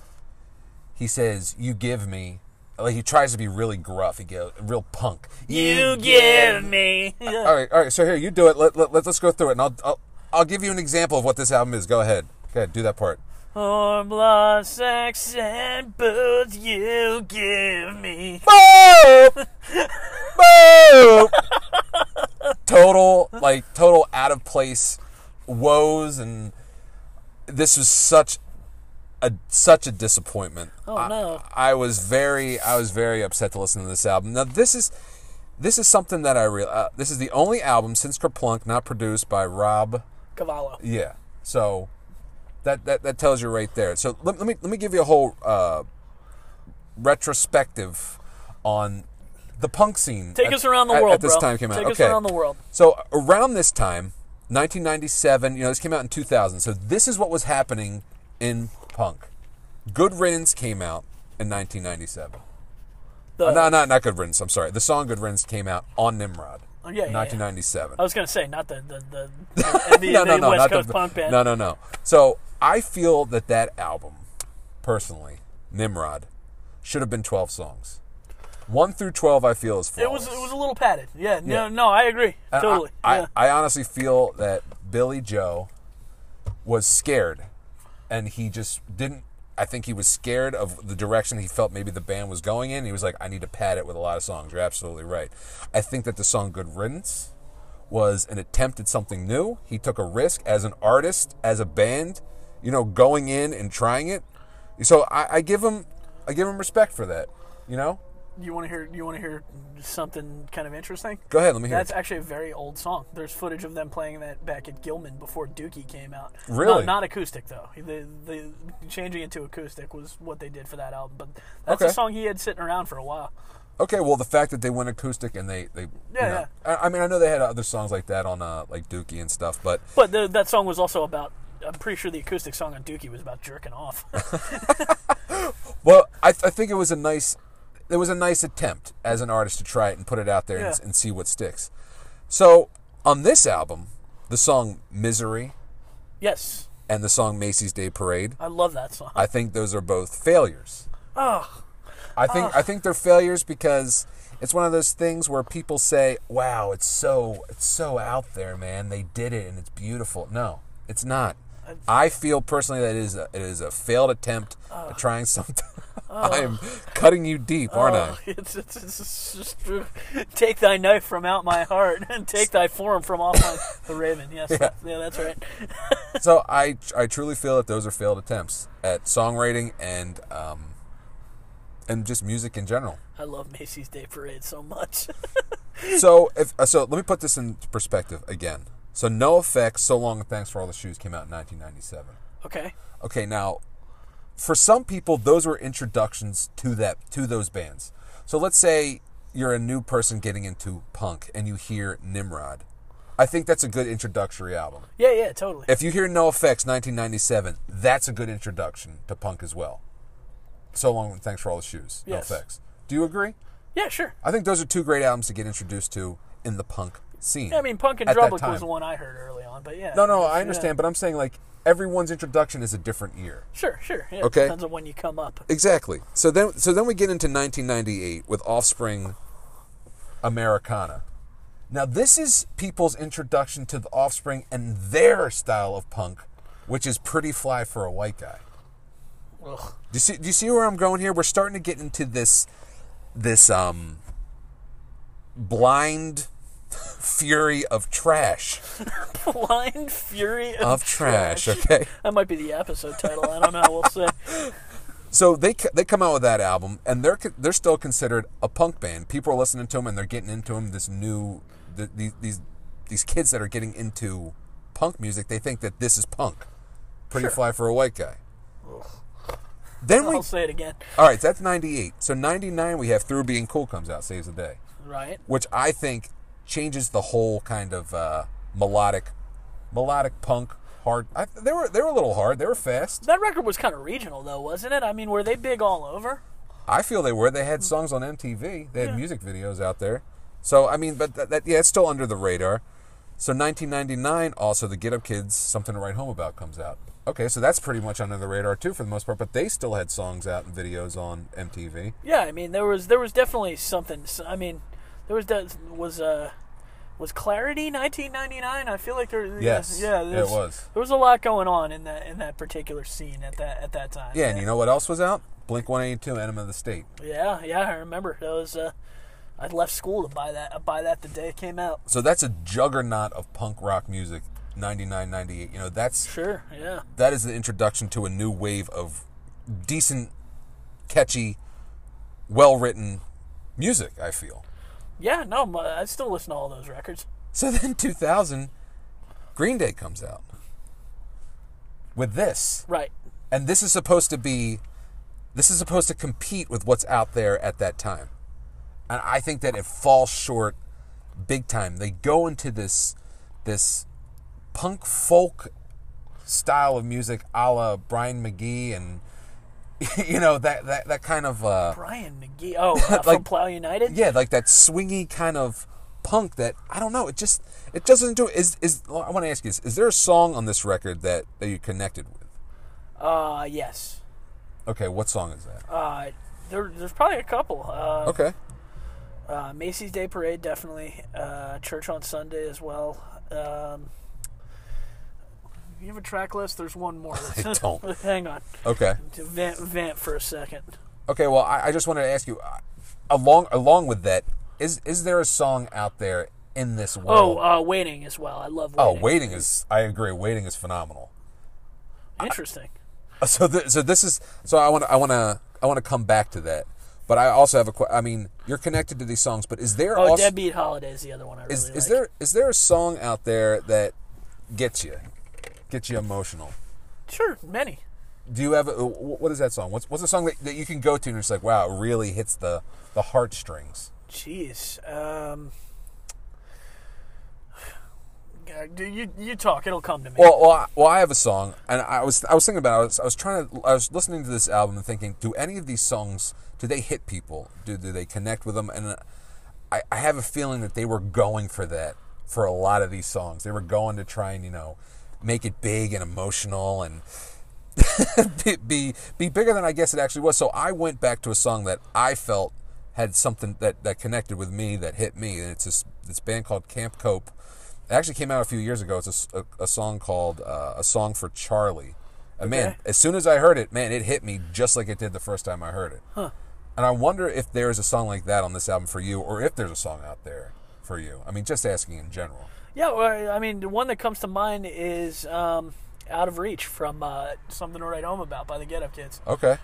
B: He says, "You give me" like he tries to be really gruff. He goes real punk.
A: You give me.
B: All right, all right. So here you do it. Let, let, let, us go through it and I'll, I'll I'll give you an example of what this album is. Go ahead. Go ahead, do that part.
A: For blood, sex, and booze you give me.
B: Boop! Boop! total, like, total out of place woes, and this was such a such a disappointment.
A: Oh,
B: I,
A: no.
B: I was very, I was very upset to listen to this album. Now, this is this is something that I real. Uh, this is the only album since Kerplunk not produced by Rob
A: Cavallo.
B: yeah. So that that, that tells you right there. So let, let me let me give you a whole uh, retrospective on the punk scene.
A: Take
B: at-
A: us around the
B: at-
A: world,
B: at this
A: bro.
B: time came out.
A: Take us
B: Okay.
A: around the world.
B: So around this time, 1997. You know, this came out in 2000. So this is what was happening in punk. Good Riddance came out in 1997.
A: The-
B: no, no, not Good Riddance. I'm sorry. The song Good Riddance came out on Nimrod.
A: Oh, yeah, yeah, yeah.
B: 1997.
A: I was gonna say not the the the, the, the, the West Coast punk band.
B: No, no, no. So I feel that that album, personally, Nimrod, should have been twelve songs. One through twelve, I feel is
A: It
B: flawless.
A: was it was a little padded. Yeah. No.
B: Yeah.
A: No. I agree.
B: And I-
A: Totally.
B: I,
A: yeah.
B: I honestly feel that Billy Joe was scared, and he just didn't. I think he was scared of the direction he felt maybe the band was going in. He was like, "I need to pad it with a lot of songs." You're absolutely right. I think that the song "Good Riddance" was an attempt at something new. He took a risk as an artist, as a band, you know, going in and trying it. So I, I give him, I give him respect for that. You know,
A: you want to hear you want to hear something kind of interesting?
B: go ahead, let me hear.
A: That's
B: it.
A: actually a very old song. There's footage of them playing that back at Gilman before Dookie came out.
B: Really?
A: Not, not acoustic though. The, the changing it to acoustic was what they did for that album. But that's
B: Okay.
A: a song he had sitting around for a while.
B: Okay, well, the fact that they went acoustic and they, they
A: Yeah,
B: you know, I, I mean, I know they had other songs like that on uh, like Dookie and stuff, but
A: But the, that song was also about. I'm pretty sure the acoustic song on Dookie was about jerking off.
B: well, I, I think it was a nice, it was a nice attempt as an artist to try it and put it out there and,
A: Yeah.
B: and see what sticks. So on this album, the song "Misery"
A: yes,
B: and the song "Macy's Day Parade,"
A: I love that song.
B: I think those are both failures.
A: oh,
B: I think I think they're failures because it's one of those things where people say, "Wow, it's so it's so out there, man. They did it and it's beautiful." No, it's not. I feel personally that it is a, it is a failed attempt at trying something. I'm cutting you deep, aren't I?
A: it's, it's, it's, just take thy knife from out my heart and take thy form from off my the Raven. Yes, yeah, that's right.
B: So I I truly feel that those are failed attempts at songwriting and um and just music in general.
A: I love Macy's Day Parade so much.
B: so if uh, so let me put this in perspective again. So no effects, so long and thanks for all the shoes came out in 1997.
A: okay,
B: Okay, now for some people those were introductions to that to those bands. So let's say you're a new person getting into punk and you hear Nimrod. I think that's a good introductory album.
A: yeah, yeah, totally.
B: If you hear No Effects 1997, that's a good introduction to punk as well. So long and thanks for all the shoes.
A: Yes.
B: No effects. Do you agree?
A: yeah, sure.
B: I think those are two great albums to get introduced to in the punk scene.
A: Yeah, I mean, Punk and
B: at that
A: Drublick
B: time.
A: was the one I heard early on, but yeah.
B: No, no, I
A: Yeah.
B: understand, but I'm saying like everyone's introduction is a different year.
A: Sure, sure. Yeah,
B: Okay.
A: Depends on when you come up.
B: Exactly. So then, so then we get into 1998 with Offspring, Americana. Now this is people's introduction to the Offspring and their style of punk, which is pretty fly for a white guy.
A: Ugh.
B: Do you see? Do you see where I'm going here? We're starting to get into this, this um, blind fury of trash
A: Blind Fury of,
B: Uh, of trash. Okay.
A: That might be the episode title. I don't know. We'll see.
B: So they c- they come out with that album, and they're c- they're still considered a punk band. People are listening to them, and they're getting into them. This new th- these these these kids that are getting into punk music, they think that this is punk. Pretty fly for a white guy. Then we
A: I'll say it again.
B: all right. That's ninety eight. So ninety nine, we have through being cool comes out, saves the day
A: Right?
B: which I think changes the whole kind of uh, melodic, melodic punk hard. I, they were they were a little hard. They were fast.
A: That record was kind of regional, though, wasn't it? I mean, were they big all over?
B: I feel they were. They had songs on MTV. They had music videos out there. So I mean, but that, that yeah, it's still under the radar. So 1999, also the Get Up Kids, something to write home about comes out. Okay, so that's pretty much under the radar too for the most part. But they still had songs out and videos on MTV.
A: Yeah, I mean, there was there was definitely something. s- I mean, there was that was uh was Clarity 1999. I feel like there.
B: Yes.
A: yeah,
B: Yeah,
A: there's-
B: it was.
A: There was a lot going on in that in that particular scene at that at that time.
B: Yeah, and you know what else was out? Blink 182, Enema of the State.
A: Yeah, yeah, I remember. That was uh, I left school to buy that. Buy that the day it came out.
B: So that's a juggernaut of punk rock music. 99, 98. You know, that's
A: Sure. Yeah.
B: that is the introduction to a new wave of decent, catchy, well written music, I feel.
A: Yeah. No, my- I still listen to all those records.
B: So then 2000, Green Day comes out with this.
A: Right.
B: And this is supposed to be, this is supposed to compete with what's out there at that time. And I think that it falls short big time. They go into this, this punk folk style of music a la Brian McGee and, you know, that, that, that kind of, uh,
A: Brian McGee. Oh, uh, from
B: Like-
A: Plow United.
B: yeah, like that swingy kind of punk that I don't know. It just it doesn't do. Is is I want to ask you this: Is there a song on this record that that you connected with?
A: Uh, yes.
B: Okay, what song is that?
A: Uh, there, there's probably a couple. Uh,
B: okay, Oh.
A: uh, Macy's Day Parade, definitely. Uh, Church on Sunday as well. Um, you have a track list? There's one more.
B: I don't. Oh.
A: Hang on.
B: okay,
A: To Vent, vent for a second.
B: okay. Well, I, I just wanted to ask you, uh, along along with that, is is there a song out there in this
A: Oh,
B: world?
A: uh, Waiting as well. I love
B: oh,
A: Waiting.
B: waiting is. I agree. Waiting is phenomenal.
A: Interesting.
B: So th- so this is so I want I want to I want to come back to that. But I also have a que- I mean, you're connected to these songs, but is there
A: Oh,
B: also
A: Deadbeat Holiday is the other one I really
B: is,
A: like.
B: is there is there a song out there that gets you gets you emotional
A: Sure, many.
B: do you have a, wh- what is that song what's what's a song that, that you can go to and it's like wow it really hits the the heartstrings
A: Jeez. Um, God, do you you talk? It'll come to me.
B: well well I, well I have a song and I was I was thinking about it. I was, I was trying to I was listening to this album and thinking do any of these songs do they hit people do do they connect with them and uh, I, I have a feeling that they were going for that for a lot of these songs they were going to try and you know make it big and emotional and be, be be bigger than I guess it actually was. So I went back to a song that I felt had something that, that connected with me that hit me, and it's this this band called Camp Cope. It actually came out a few years ago. It's a s- a, a song called uh, "A Song for Charlie." And man, as soon as I heard it, man, it hit me just like it did the first time I heard it. And I wonder if there's a song like that on this album for you, or if there's a song out there for you. I mean, just asking in general.
A: Yeah, well, I mean, the one that comes to mind is um, "Out of Reach" from uh, "Something to Write Home About" by the Get Up Kids.
B: Okay.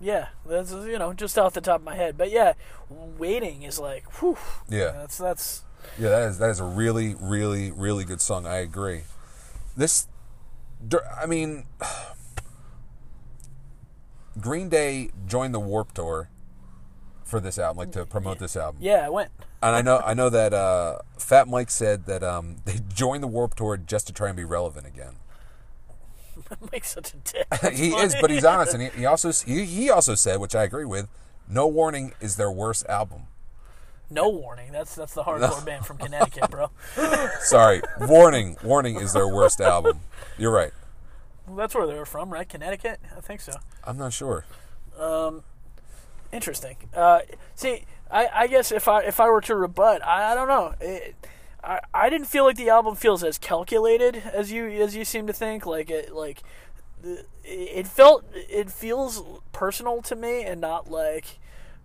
A: Yeah, that's you know just off the top of my head, but yeah, waiting is like, whew,
B: Yeah.
A: that's that's
B: Yeah, that is that is a really, really, really good song. I agree. This, dur- I mean, Green Day joined the Warp Tour for this album, like to promote this album.
A: yeah, I went.
B: And I know, I know that uh, Fat Mike said that um, they joined the Warp Tour just to try and be relevant again.
A: Makes such a dick.
B: he is, but he's honest, and he, he also he, he also said, which I agree with, "No Warning" is their worst album.
A: No warning. That's that's the hardcore band from Connecticut, bro.
B: Sorry, "Warning," "Warning" is their worst album. You're right.
A: That's where they were from, right? Connecticut, I think so.
B: I'm not sure.
A: Interesting. Uh, see, I, I guess if I if I were to rebut, I, I don't know. It, I, I didn't feel like the album feels as calculated as you as you seem to think. Like it like the- it felt it feels personal to me and not like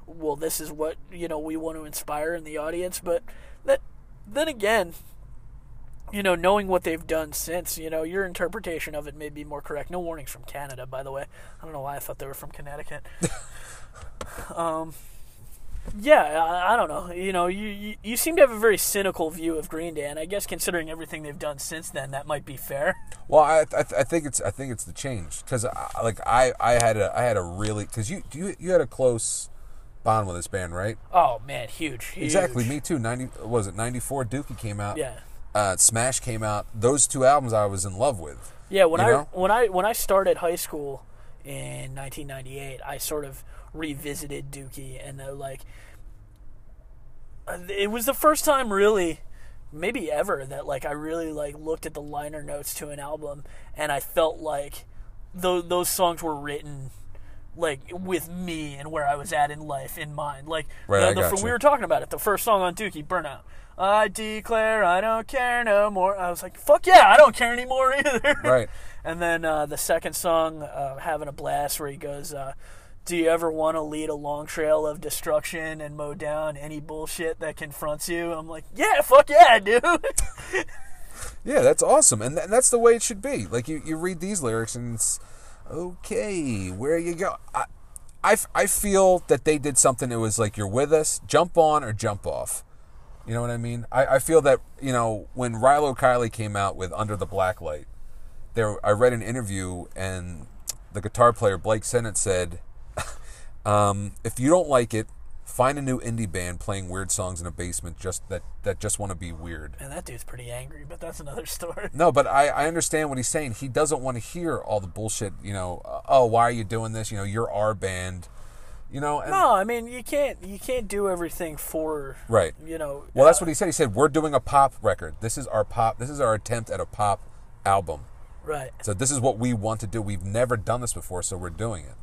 A: well this is what you know we want to inspire in the audience. But that then again, you know, knowing what they've done since, you know, your interpretation of it may be more correct. No warnings from Canada, by the way. I don't know why I thought they were from Connecticut. um, yeah, I, I don't know. You know, you, you you seem to have a very cynical view of Green Day, and I guess considering everything they've done since then, that might be fair.
B: Well, I, I, I think it's I think it's the change because like I, I had a I had a really because you you you had a close bond with this band right
A: Oh man, huge, huge.
B: exactly me too ninety was it ninety four Dookie came out
A: Yeah.
B: uh, Smash came out those two albums I was in love with
A: Yeah, when
B: You
A: I
B: know?
A: when I when I started high school in 1998, I sort of revisited Dookie, and uh, like uh, it was the first time really, maybe ever, that like I really like looked at the liner notes to an album, and I felt like those those songs were written like with me and where I was at in life in mind. Like
B: Right,
A: the-
B: I
A: the-
B: got you.
A: we were talking about it. The first song on Dookie, Burnout. I declare I don't care no more. I was like, fuck yeah, I don't care anymore either.
B: Right.
A: And then uh, the second song, uh, Having a Blast, where he goes, uh, Do you ever want to lead a long trail of destruction and mow down any bullshit that confronts you? I'm like, Yeah, fuck yeah, dude.
B: yeah that's awesome and, th- that's the way it should be like you, you read these lyrics and it's okay where you go I, I, f- I feel that they did something that was like you're with us jump on or jump off you know what I mean I, I feel that you know when Rilo Kiley came out with Under the Blacklight there I read an interview and the guitar player Blake Sennett said um, if you don't like it find a new indie band playing weird songs in a basement just that that just want to be weird
A: and that dude's pretty angry, but that's another story.
B: no, but I, I understand what he's saying. He doesn't want to hear all the bullshit, you know, uh, oh, why are you doing this? You know, you're our band. You know, and,
A: No, I mean you can't you can't do everything for
B: right.
A: you know
B: Well, that's what he said. He said, we're doing a pop record. This is our pop, this is our attempt at a pop album.
A: right.
B: So this is what we want to do. We've never done this before, so we're doing it.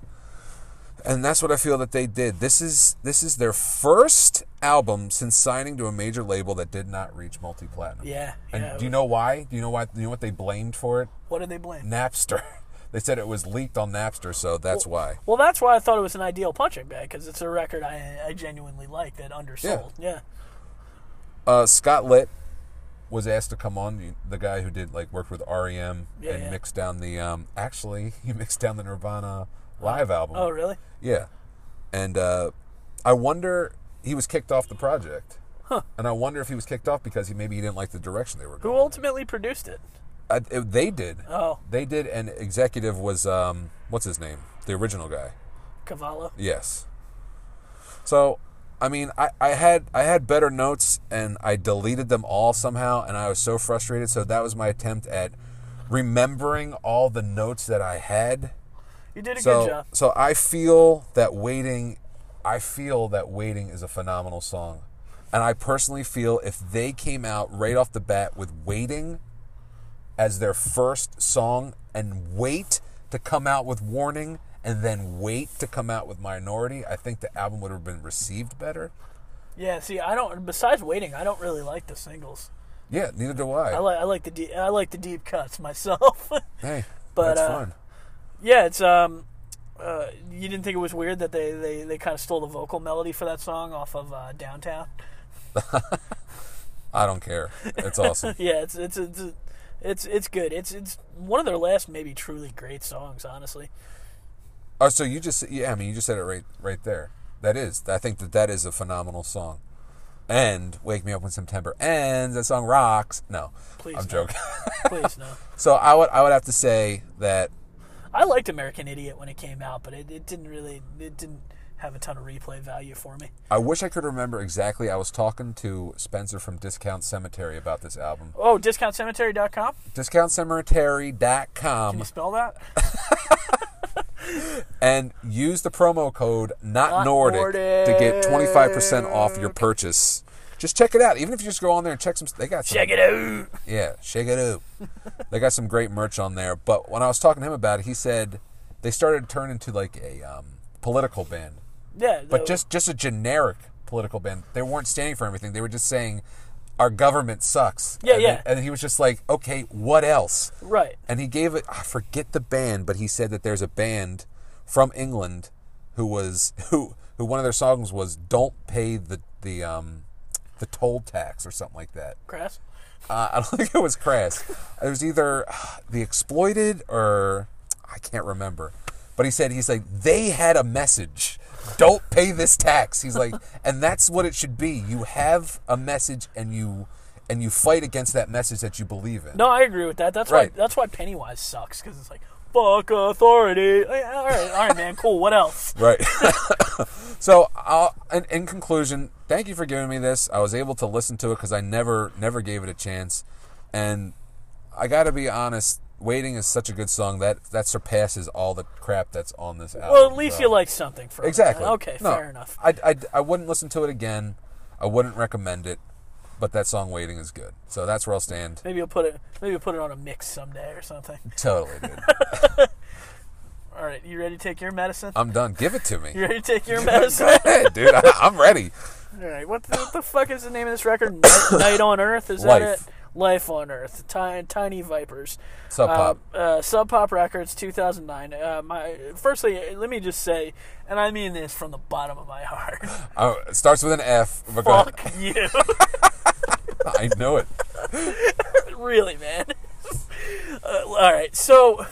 B: And that's what I feel that they did. This is this is their first album since signing to a major label that did not reach multi platinum.
A: Yeah,
B: And
A: yeah.
B: do you know why? Do you know why? Do you know what they blamed for it?
A: What do they blame?
B: Napster. They said it was leaked on Napster, so that's why.
A: Well, that's why I thought it was an ideal punching bag because it's a record I, I genuinely like that undersold. Yeah.
B: Uh, Scott Litt was asked to come on. The guy who did like worked with REM
A: Yeah,
B: and
A: yeah.
B: mixed down the um, actually he mixed down the Nirvana live album.
A: Oh, really?
B: Yeah, and uh, I wonder he was kicked off the project. Huh. And I wonder if he was kicked off because he maybe he didn't like the direction they were
A: Who
B: going.
A: ultimately produced it?
B: Uh, it- they did.
A: Oh.
B: They did. And executive was um, what's his name? The original guy.
A: Cavallo.
B: Yes. So, I mean, I, I had I had better notes and I deleted them all somehow, and I was so frustrated. So that was my attempt at remembering all the notes that I had.
A: You did a
B: so
A: good job.
B: so I feel that waiting, I feel that waiting is a phenomenal song, and I personally feel if they came out right off the bat with waiting as their first song and wait to come out with warning and then wait to come out with minority i think the album would have been received better
A: Yeah. See, I don't. Besides waiting, I don't really like the singles.
B: yeah neither do i,
A: I like I like the de- I like the deep cuts myself.
B: hey
A: but,
B: that's
A: uh,
B: fun
A: yeah, it's um. Uh, you didn't think it was weird that they, they, they kind of stole the vocal melody for that song off of uh, Downtown?
B: i don't care it's awesome
A: Yeah, it's it's it's it's it's good. It's it's one of their last maybe truly great songs, honestly.
B: oh so you just yeah i mean you just said it right right there that is i think that that is a phenomenal song and wake me up when september ends that song rocks no
A: Please
B: i'm
A: no.
B: joking
A: Please no.
B: so i would i would have to say that
A: I liked American Idiot when it came out, but it, it didn't really it didn't have a ton of replay value for me.
B: I wish I could remember exactly. I was talking to Spencer from Discount Cemetery about this album.
A: Oh, discountcemetery.com? Can
B: DiscountCemetery.com
A: you spell that?
B: and use the promo code not,
A: Not
B: Nordic,
A: Nordic.
B: to get 25% off your purchase. Just check it out. Even if you just go on there and check some they got some
A: Check it out.
B: Yeah, shake it up. they got some great merch on there. But when I was talking to him about it, he said they started to turn into like a um, political band.
A: Yeah.
B: But
A: the-
B: just just a generic political band. They weren't standing for anything. They were just saying our government sucks.
A: Yeah,
B: and
A: yeah.
B: Then, and he was just like, okay, what else?
A: Right.
B: And he gave it. I forget the band, but he said that there's a band from England who was who who one of their songs was "Don't Pay the the um the toll tax" or something like that.
A: Crass.
B: Uh, I don't think it was Crash. It was either The Exploited or I can't remember. But he said, he's like, they had a message. Don't pay this tax. He's like, and that's what it should be. You have a message and you and you fight against that message that you believe in.
A: No, I agree with that. That's
B: Right.
A: why that's why Pennywise sucks because it's like fuck authority. Like, all right, all right, man, cool. What else?
B: Right. so, I'll, in, in conclusion, thank you for giving me this. I was able to listen to it because I never, never gave it a chance, and I got to be honest. Waiting is such a good song that that surpasses all the crap that's on this album.
A: Well, at least
B: so-
A: you like something from it.
B: exactly.
A: Okay,
B: No,
A: fair enough.
B: I, I I wouldn't listen to it again. I wouldn't recommend it. But that song "Waiting" is good, so that's where I'll stand.
A: Maybe you'll put it. Maybe you'll put it on a mix someday or something.
B: Totally, dude.
A: All right, you ready to take your medicine?
B: I'm done. Give it to
A: you
B: me.
A: ready to take your
B: Uh, Go
A: medicine?
B: ahead, dude. I, I'm ready.
A: All right. What the, what the fuck is the name of this record? Night, Night on Earth. Is that
B: Life.
A: it? Life on Earth. Tiny, tiny Vipers.
B: Sub Pop.
A: Uh, uh, Sub Pop Records, 2009. Uh, my, firstly, let me just say, and I mean this from the bottom of my heart.
B: Oh, it starts with an F. but go-
A: Fuck you,
B: I know it.
A: really, man. Uh, all right, so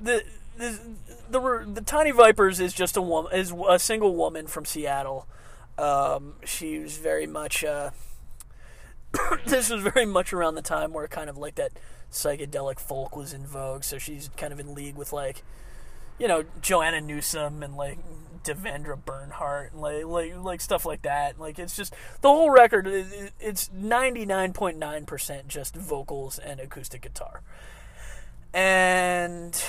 A: the. The, the re- the Tiny Vipers is just a woman is a single woman from Seattle. Um, she was very much uh, this was very much around the time where kind of like that psychedelic folk was in vogue. So she's kind of in league with like, you know, Joanna Newsom and like Devendra Bernhardt and like like, like stuff like that. Like it's just the whole record. i- i- It's ninety nine point nine percent just vocals and acoustic guitar. And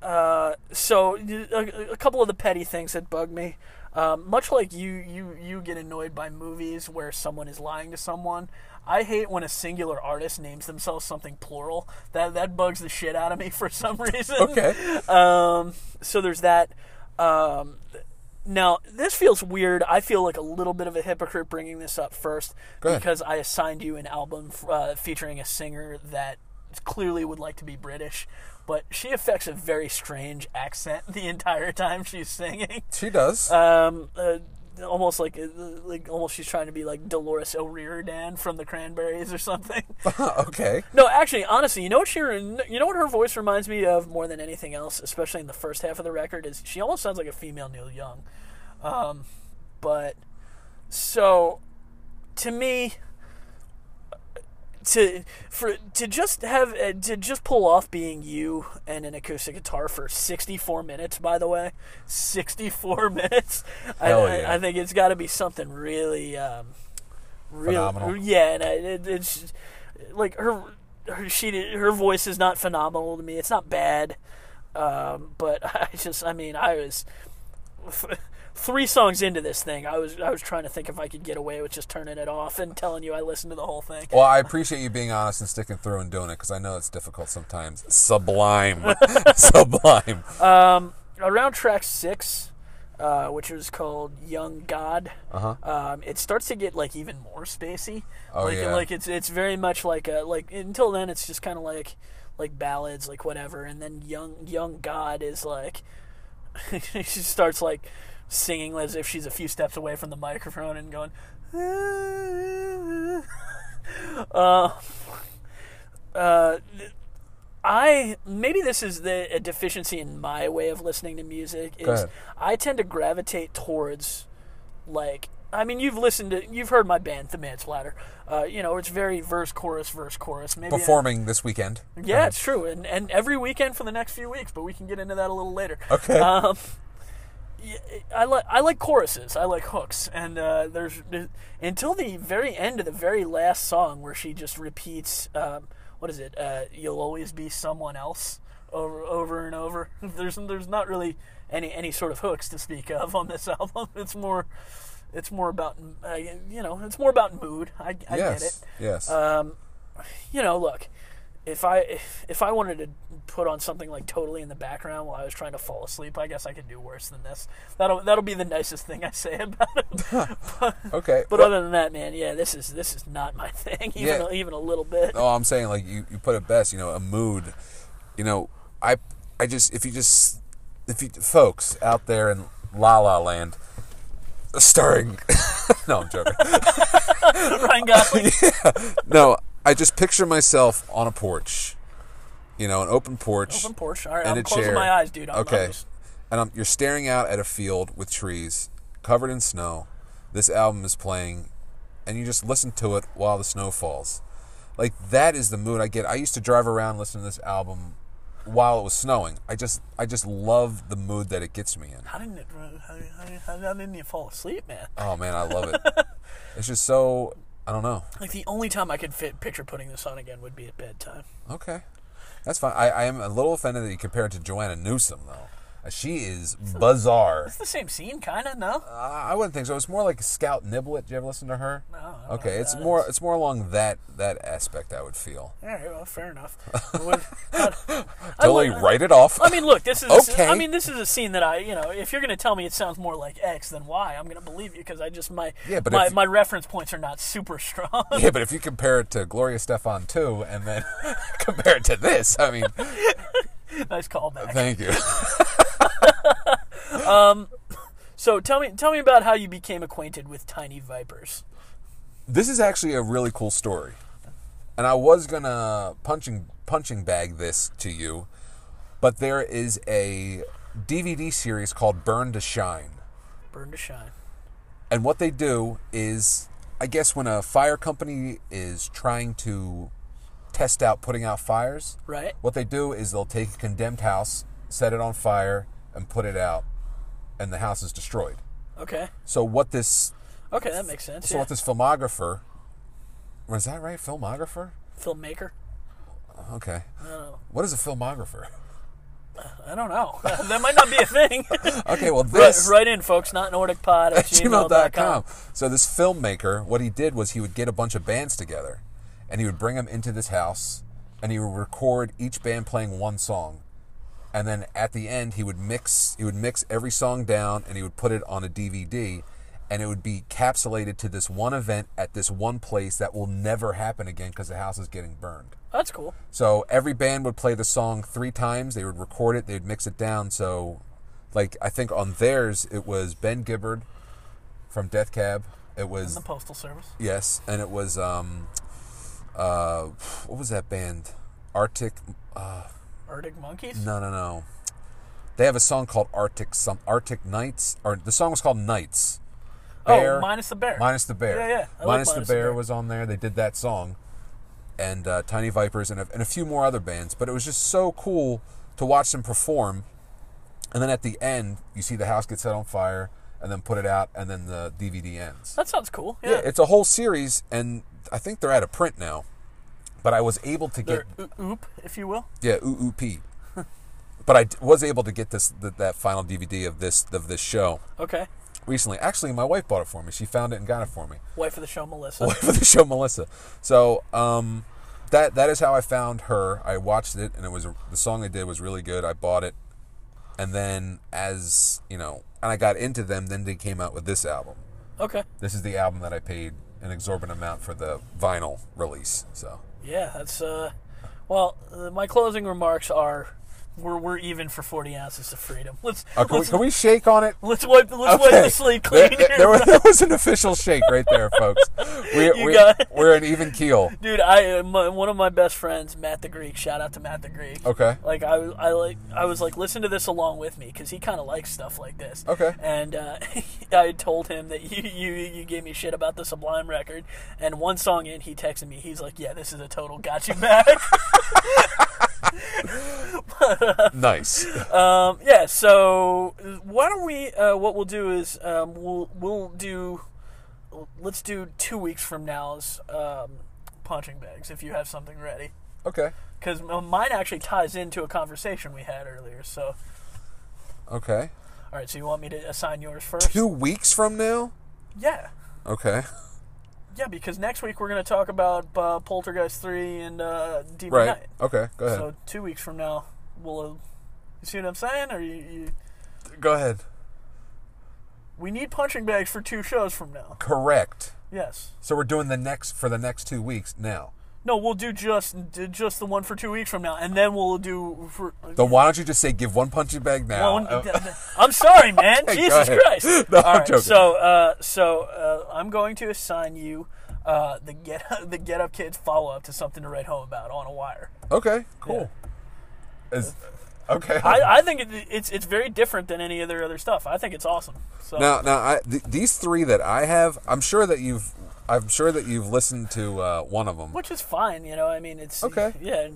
A: uh, so y- a, a couple of the petty things that bug me. Um, much like you, you, you get annoyed by movies where someone is lying to someone. I hate when a singular artist names themselves something plural. That that bugs the shit out of me for some reason.
B: Okay.
A: Um, so there's that. Um, now this feels weird. I feel like a little bit of a hypocrite bringing this up first
B: Go ahead.
A: because I assigned you an album uh, featuring a singer that clearly would like to be British, but she affects a very strange accent the entire time she's singing.
B: She does.
A: Um, uh, almost like uh, like almost she's trying to be like Dolores O'Riordan from the Cranberries or something.
B: okay.
A: No, actually, honestly, you know what she, you know what her voice reminds me of more than anything else, especially in the first half of the record, is she almost sounds like a female Neil Young. Um, but so, to me, to for to just have uh, to just pull off being you and an acoustic guitar for 64 minutes. By the way, 64 minutes. I,
B: Hell
A: I-
B: yeah.
A: I, think it's got to be something really. Um, real-
B: Phenomenal.
A: Uh, Yeah, and I, it, it's like her, her she did- her voice is not phenomenal to me. It's not bad, um, but I just I mean I was three songs into this thing. I was I was trying to think if I could get away with just turning it off and telling you I listened to the whole thing.
B: Well, I appreciate you being honest and sticking through and doing it because I know it's difficult sometimes. Sublime. Sublime.
A: around track six, uh, which was called Young God, um, it starts to get like even more spacey.
B: Uh-huh. Oh,
A: like,
B: yeah.
A: like it's it's very much like a like until then it's just kind of like like ballads like whatever, and then Young Young God is like she starts like singing as if she's a few steps away from the microphone and going. uh, uh, I maybe this is the a deficiency in my way of listening to music
B: Go
A: is
B: ahead.
A: I tend to gravitate towards like I mean you've listened to you've heard my band The Man Splatter. Uh, you know, it's very verse chorus verse chorus. Maybe I-
B: Performing this weekend.
A: yeah, it's true, and and every weekend for the next few weeks, but we can get into that a little later.
B: Okay.
A: Um, yeah, I like I like choruses, I like hooks, and uh, there's there- until the very end of the very last song where she just repeats, um, what is it? Uh, You'll always be someone else over over and over. There's there's not really any any sort of hooks to speak of on this album. It's more it's more about uh, you know it's more about mood. I, I get it Uh,
B: yes. Yes.
A: Um, you know, look, if I if, if I wanted to put on something like totally in the background while I was trying to fall asleep, I guess I could do worse than this. That'll that'll be the nicest thing I say about it.
B: okay.
A: But other than that, man, yeah, this is this is not my thing, even
B: Yeah.
A: a, even a little bit.
B: No, I'm saying like you, you put it best. You know, a mood. You know, I I just if you just if you folks out there in La La Land, starring No, I'm joking. Oh.
A: Ryan Gosling.
B: no, I just picture myself on a porch, you know, an open porch,
A: Open porch. All right,
B: and
A: I'm
B: a
A: closing
B: chair.
A: my eyes, dude. I'm,
B: okay,
A: I'm just-
B: and I'm, you're staring out at a field with trees covered in snow. This album is playing, and you just listen to it while the snow falls. Like that is the mood I get. I used to drive around listening to this album while it was snowing. I just, I just love the mood that it gets me in.
A: how didn't it, how, how, how didn't you fall asleep, man?
B: Oh man, I love it. it's just so. I don't know.
A: Like the only time I could fit picture putting this on again would be at bedtime.
B: Okay. That's fine. I, I am a little offended that you compare it to Joanna Newsom, though. Uh, She is bizarre.
A: It's the same scene, kind of. No,
B: Uh, I wouldn't think so. It's more like Scout Niblet. Did you ever listen to her?
A: No, I don't know
B: Okay,
A: what
B: it's
A: that
B: more
A: is.
B: it's more along that that aspect. I would feel
A: all right, well, fair enough. I would- I- I
B: totally
A: would-
B: write it off.
A: I mean, look, this is. this is- I
B: Okay.
A: mean, this is a scene that I, you know, if you're going to tell me it sounds more like X than Y, I'm going to believe you because I just my
B: Yeah, but
A: my,
B: if you-
A: my reference points are not super strong.
B: yeah, but if you compare it to Gloria Stefan too, and then compare it to this, I mean,
A: nice callback.
B: thank you.
A: So tell me, tell me about how you became acquainted with tiny vipers.
B: this is actually a really cool story and i was gonna punching punching bag this to you but there is a dvd series called burn to shine
A: Burn to shine.
B: and what they do is i guess when a fire company is trying to test out putting out fires
A: Right.
B: what they do is they'll take a condemned house set it on fire and put it out and the house is destroyed
A: Okay.
B: so what this
A: Okay, that makes sense.
B: so
A: yeah.
B: what this filmographer was that right filmographer
A: filmmaker?
B: Okay. What is a filmographer?
A: I don't know. that might not be a thing.
B: Okay, well,
A: Right,
B: this
A: write in, folks. Not NordicPod at gmail.com.
B: gmail.com. So this filmmaker, what he did was he would get a bunch of bands together, and he would bring them into this house, and he would record each band playing one song, and then at the end he would mix he would mix every song down, and he would put it on a DVD, and it would be capsulated to this one event at this one place that will never happen again because the house is getting burned.
A: That's cool.
B: So every band would play the song three times. They would record it. They'd mix it down. So, like I think on theirs it was Ben Gibbard from Death Cab. It was
A: The Postal Service.
B: yes, and it was um, uh, what was that band? Arctic? Uh,
A: Arctic Monkeys?
B: no, no, no. They have a song called Arctic some Arctic Nights, or the song was called Nights.
A: Oh, minus the bear.
B: Minus the bear.
A: Yeah, yeah. I like
B: Minus,
A: Minus
B: the
A: the
B: bear,
A: Bear.
B: was on there. They did that song, and uh, Tiny Vipers, and a, and a few more other bands. But it was just so cool to watch them perform. And then at the end, you see the house get set on fire, and then put it out, and then the DVD ends.
A: That sounds cool. Yeah.
B: Yeah, it's a whole series, and I think they're out of print now. But I was able to get
A: They're oo- oop, if you will.
B: yeah, ooh, ooh, pee. but I d- was able to get this th- that final DVD of this of this show
A: Okay.
B: recently. Actually, my wife bought it for me. She found it and got it for me.
A: Wife of the show, Melissa.
B: Wife of the show, Melissa. So um, that that is how I found her. I watched it, and it was the song they did was really good. I bought it, and then as you know, and I got into them. Then they came out with this album.
A: Okay.
B: This is the album that I paid an exorbitant amount for the vinyl release. So
A: Yeah, that's, uh, well, uh, my closing remarks are we're, we're even for 40 ounces of freedom. Let's,
B: Uh, can, we,
A: let's,
B: can we shake on it?
A: let's wipe, let's wipe the slate
B: There,
A: clean
B: there-
A: here.
B: there was, there was an official shake right there, folks. We,
A: You
B: we,
A: got it.
B: we're an even keel.
A: Dude, I uh, my, one of my best friends, Matt the Greek. Shout out to Matt the Greek.
B: Okay.
A: Like I, I like I was like listen to this along with me because he kind of likes stuff like this.
B: Okay.
A: And uh, I had told him that you, you you gave me shit about the Sublime record, and one song in, he texted me. He's like, "Yeah, this is a total got you back."
B: Nice.
A: um, yeah. So why don't we? Uh, what we'll do is um, we'll we'll do let's do two weeks from now's um, punching bags if you have something ready.
B: Okay.
A: because mine actually ties into a conversation we had earlier. So,
B: Okay.
A: all right. So you want me to assign yours first?
B: Two weeks from now?
A: Yeah,
B: Okay.
A: yeah. Because next week we're going to talk about uh, Poltergeist three and uh, Demon
B: Right.
A: Knight.
B: Okay. Go ahead.
A: So two weeks from now, we'll. Uh, you see what I'm saying? Or you, you?
B: go ahead.
A: We need punching bags for two shows from now.
B: Correct.
A: Yes.
B: So we're doing the next for the next two weeks now.
A: No, we'll do just d- just the one for two weeks from now, and then we'll do for.
B: Then why don't you just say give one punching bag now?
A: Well,
B: Uh,
A: th- th- I'm sorry, man.
B: Hey, go
A: Jesus
B: ahead.
A: Christ.
B: No, I'm
A: All right,
B: joking.
A: So, uh, so uh, I'm going to assign you uh, the get the Get Up Kids follow up to something to write home about on a wire.
B: okay, cool. Is, okay.
A: I, I think it, it's it's very different than any other other stuff. I think it's awesome. So
B: now, now I, th- these three that I have, I'm sure that you've, I'm sure that you've listened to uh, one of them.
A: which is fine, you know. I mean, it's
B: Okay.
A: Yeah,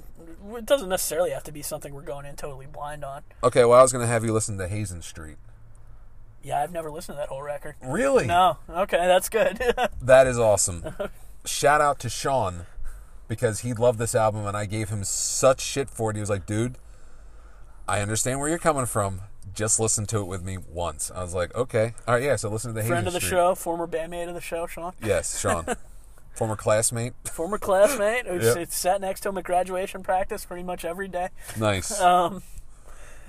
A: it doesn't necessarily have to be something we're going in totally blind on.
B: Okay, well, I was going to have you listen to Hazen Street.
A: Yeah, I've never listened to that whole record.
B: Really?
A: No, okay, that's good.
B: That is awesome. Shout out to Sean because he loved this album and I gave him such shit for it. He was like, dude, I understand where you're coming from. Just listen to it with me once. I was like, okay. All right, yeah, so listen to the
A: Friend
B: Hazen
A: of the
B: Street.
A: show, former bandmate of the show, Sean.
B: Yes, Sean. Former classmate.
A: former classmate who
B: Yep.
A: s- sat next to him at graduation practice pretty much every day.
B: Nice.
A: Uh,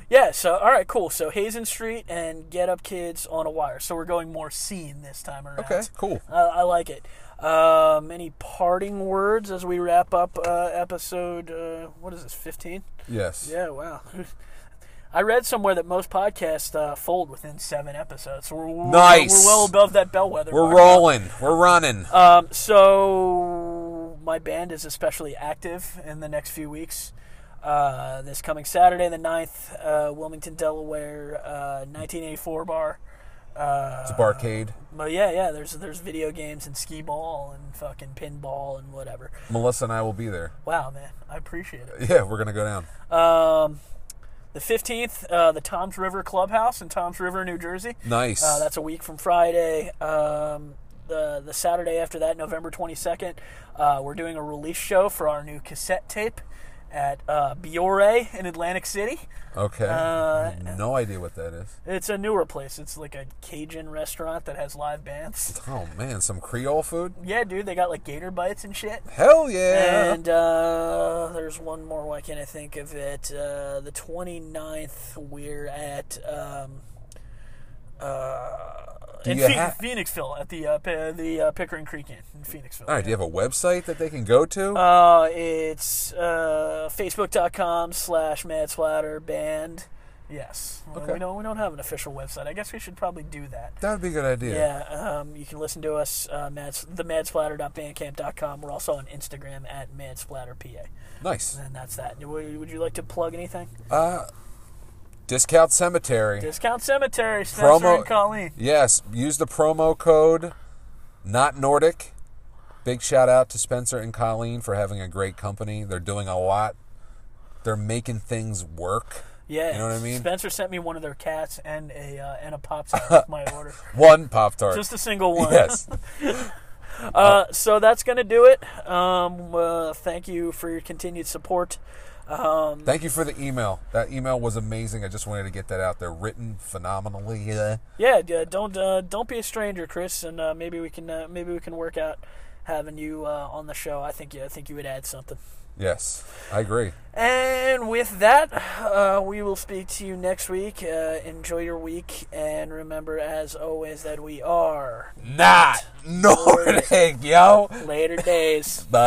A: Yeah, so all right, cool. So Hazen Street and Get Up Kids on a Wire. So we're going more scene this time around.
B: okay, cool.
A: I, I like it. Um, any parting words as we wrap up uh, episode? Uh, what is this? Fifteen?
B: Yes.
A: Yeah, wow. I read somewhere that most podcasts uh, fold within seven episodes. So we're, we're-
B: Nice.
A: We're well above that bellwether.
B: We're
A: mark.
B: rolling. We're running.
A: Um, so my band is especially active in the next few weeks. Uh, this coming Saturday, the 9th, uh, Wilmington, Delaware, uh, 1984 bar. Uh,
B: it's a barcade.
A: But yeah, yeah, there's there's video games and skee ball and fucking pinball and whatever.
B: Melissa and I will be there.
A: Wow, man, I appreciate it.
B: Yeah, we're going to go down.
A: Um, the 15th, uh, the Toms River Clubhouse in Toms River, New Jersey.
B: Nice.
A: Uh, that's a week from Friday. Um, the the Saturday after that, November twenty second, uh, we're doing a release show for our new cassette tape at uh, Biore in Atlantic City.
B: okay.
A: uh,
B: I have no idea what that is.
A: It's a newer place. It's like a Cajun restaurant that has live bands.
B: Oh, man. Some Creole food?
A: Yeah, dude, they got like gator bites and shit.
B: Hell yeah.
A: And uh, there's one more. Why can't I think of it? Uh, the 29th, we're at um, uh, in
B: you
A: Phe-
B: have-
A: Phoenixville at the uh, P- the uh, Pickering Creek Inn in Phoenixville.
B: All right, do you have a website that they can go to?
A: Uh, it's uh, facebook.com slash Mad Splatter Band. Yes.
B: Okay.
A: We don't we don't have an official website. I guess we should probably do that.
B: that would be a good idea.
A: Yeah, um, you can listen to us, uh, mad, themadsplatter.bandcamp.com. We're also on Instagram at madsplatter.pa.
B: Nice. Uh,
A: And that's that. Would, would you like to plug anything?
B: Discount Cemetery.
A: Discount Cemetery, Spencer
B: Promo-
A: and Colleen.
B: yes, use the promo code not Nordic. Big shout out to Spencer and Colleen for having a great company. They're doing a lot. They're making things work.
A: Yeah,
B: You know what I mean?
A: Spencer sent me one of their cats and a uh, and a pop tart with my order,
B: One Pop Tart.
A: just a single one.
B: yes.
A: Uh, so that's gonna do it. Um, uh, thank you for your continued support. Um,
B: Thank you for the email. That email was amazing. I just wanted to get that out there. Written phenomenally. Yeah.
A: Yeah, d- uh, don't uh, don't be a stranger, Chris, and uh, maybe we can uh, maybe we can work out having you uh, on the show. I think yeah, I think you would add something.
B: Yes, I agree.
A: And with that, uh, we will speak to you next week. Uh, enjoy your week, and remember, as always, that we are
B: Not Nordic, yo.
A: later days.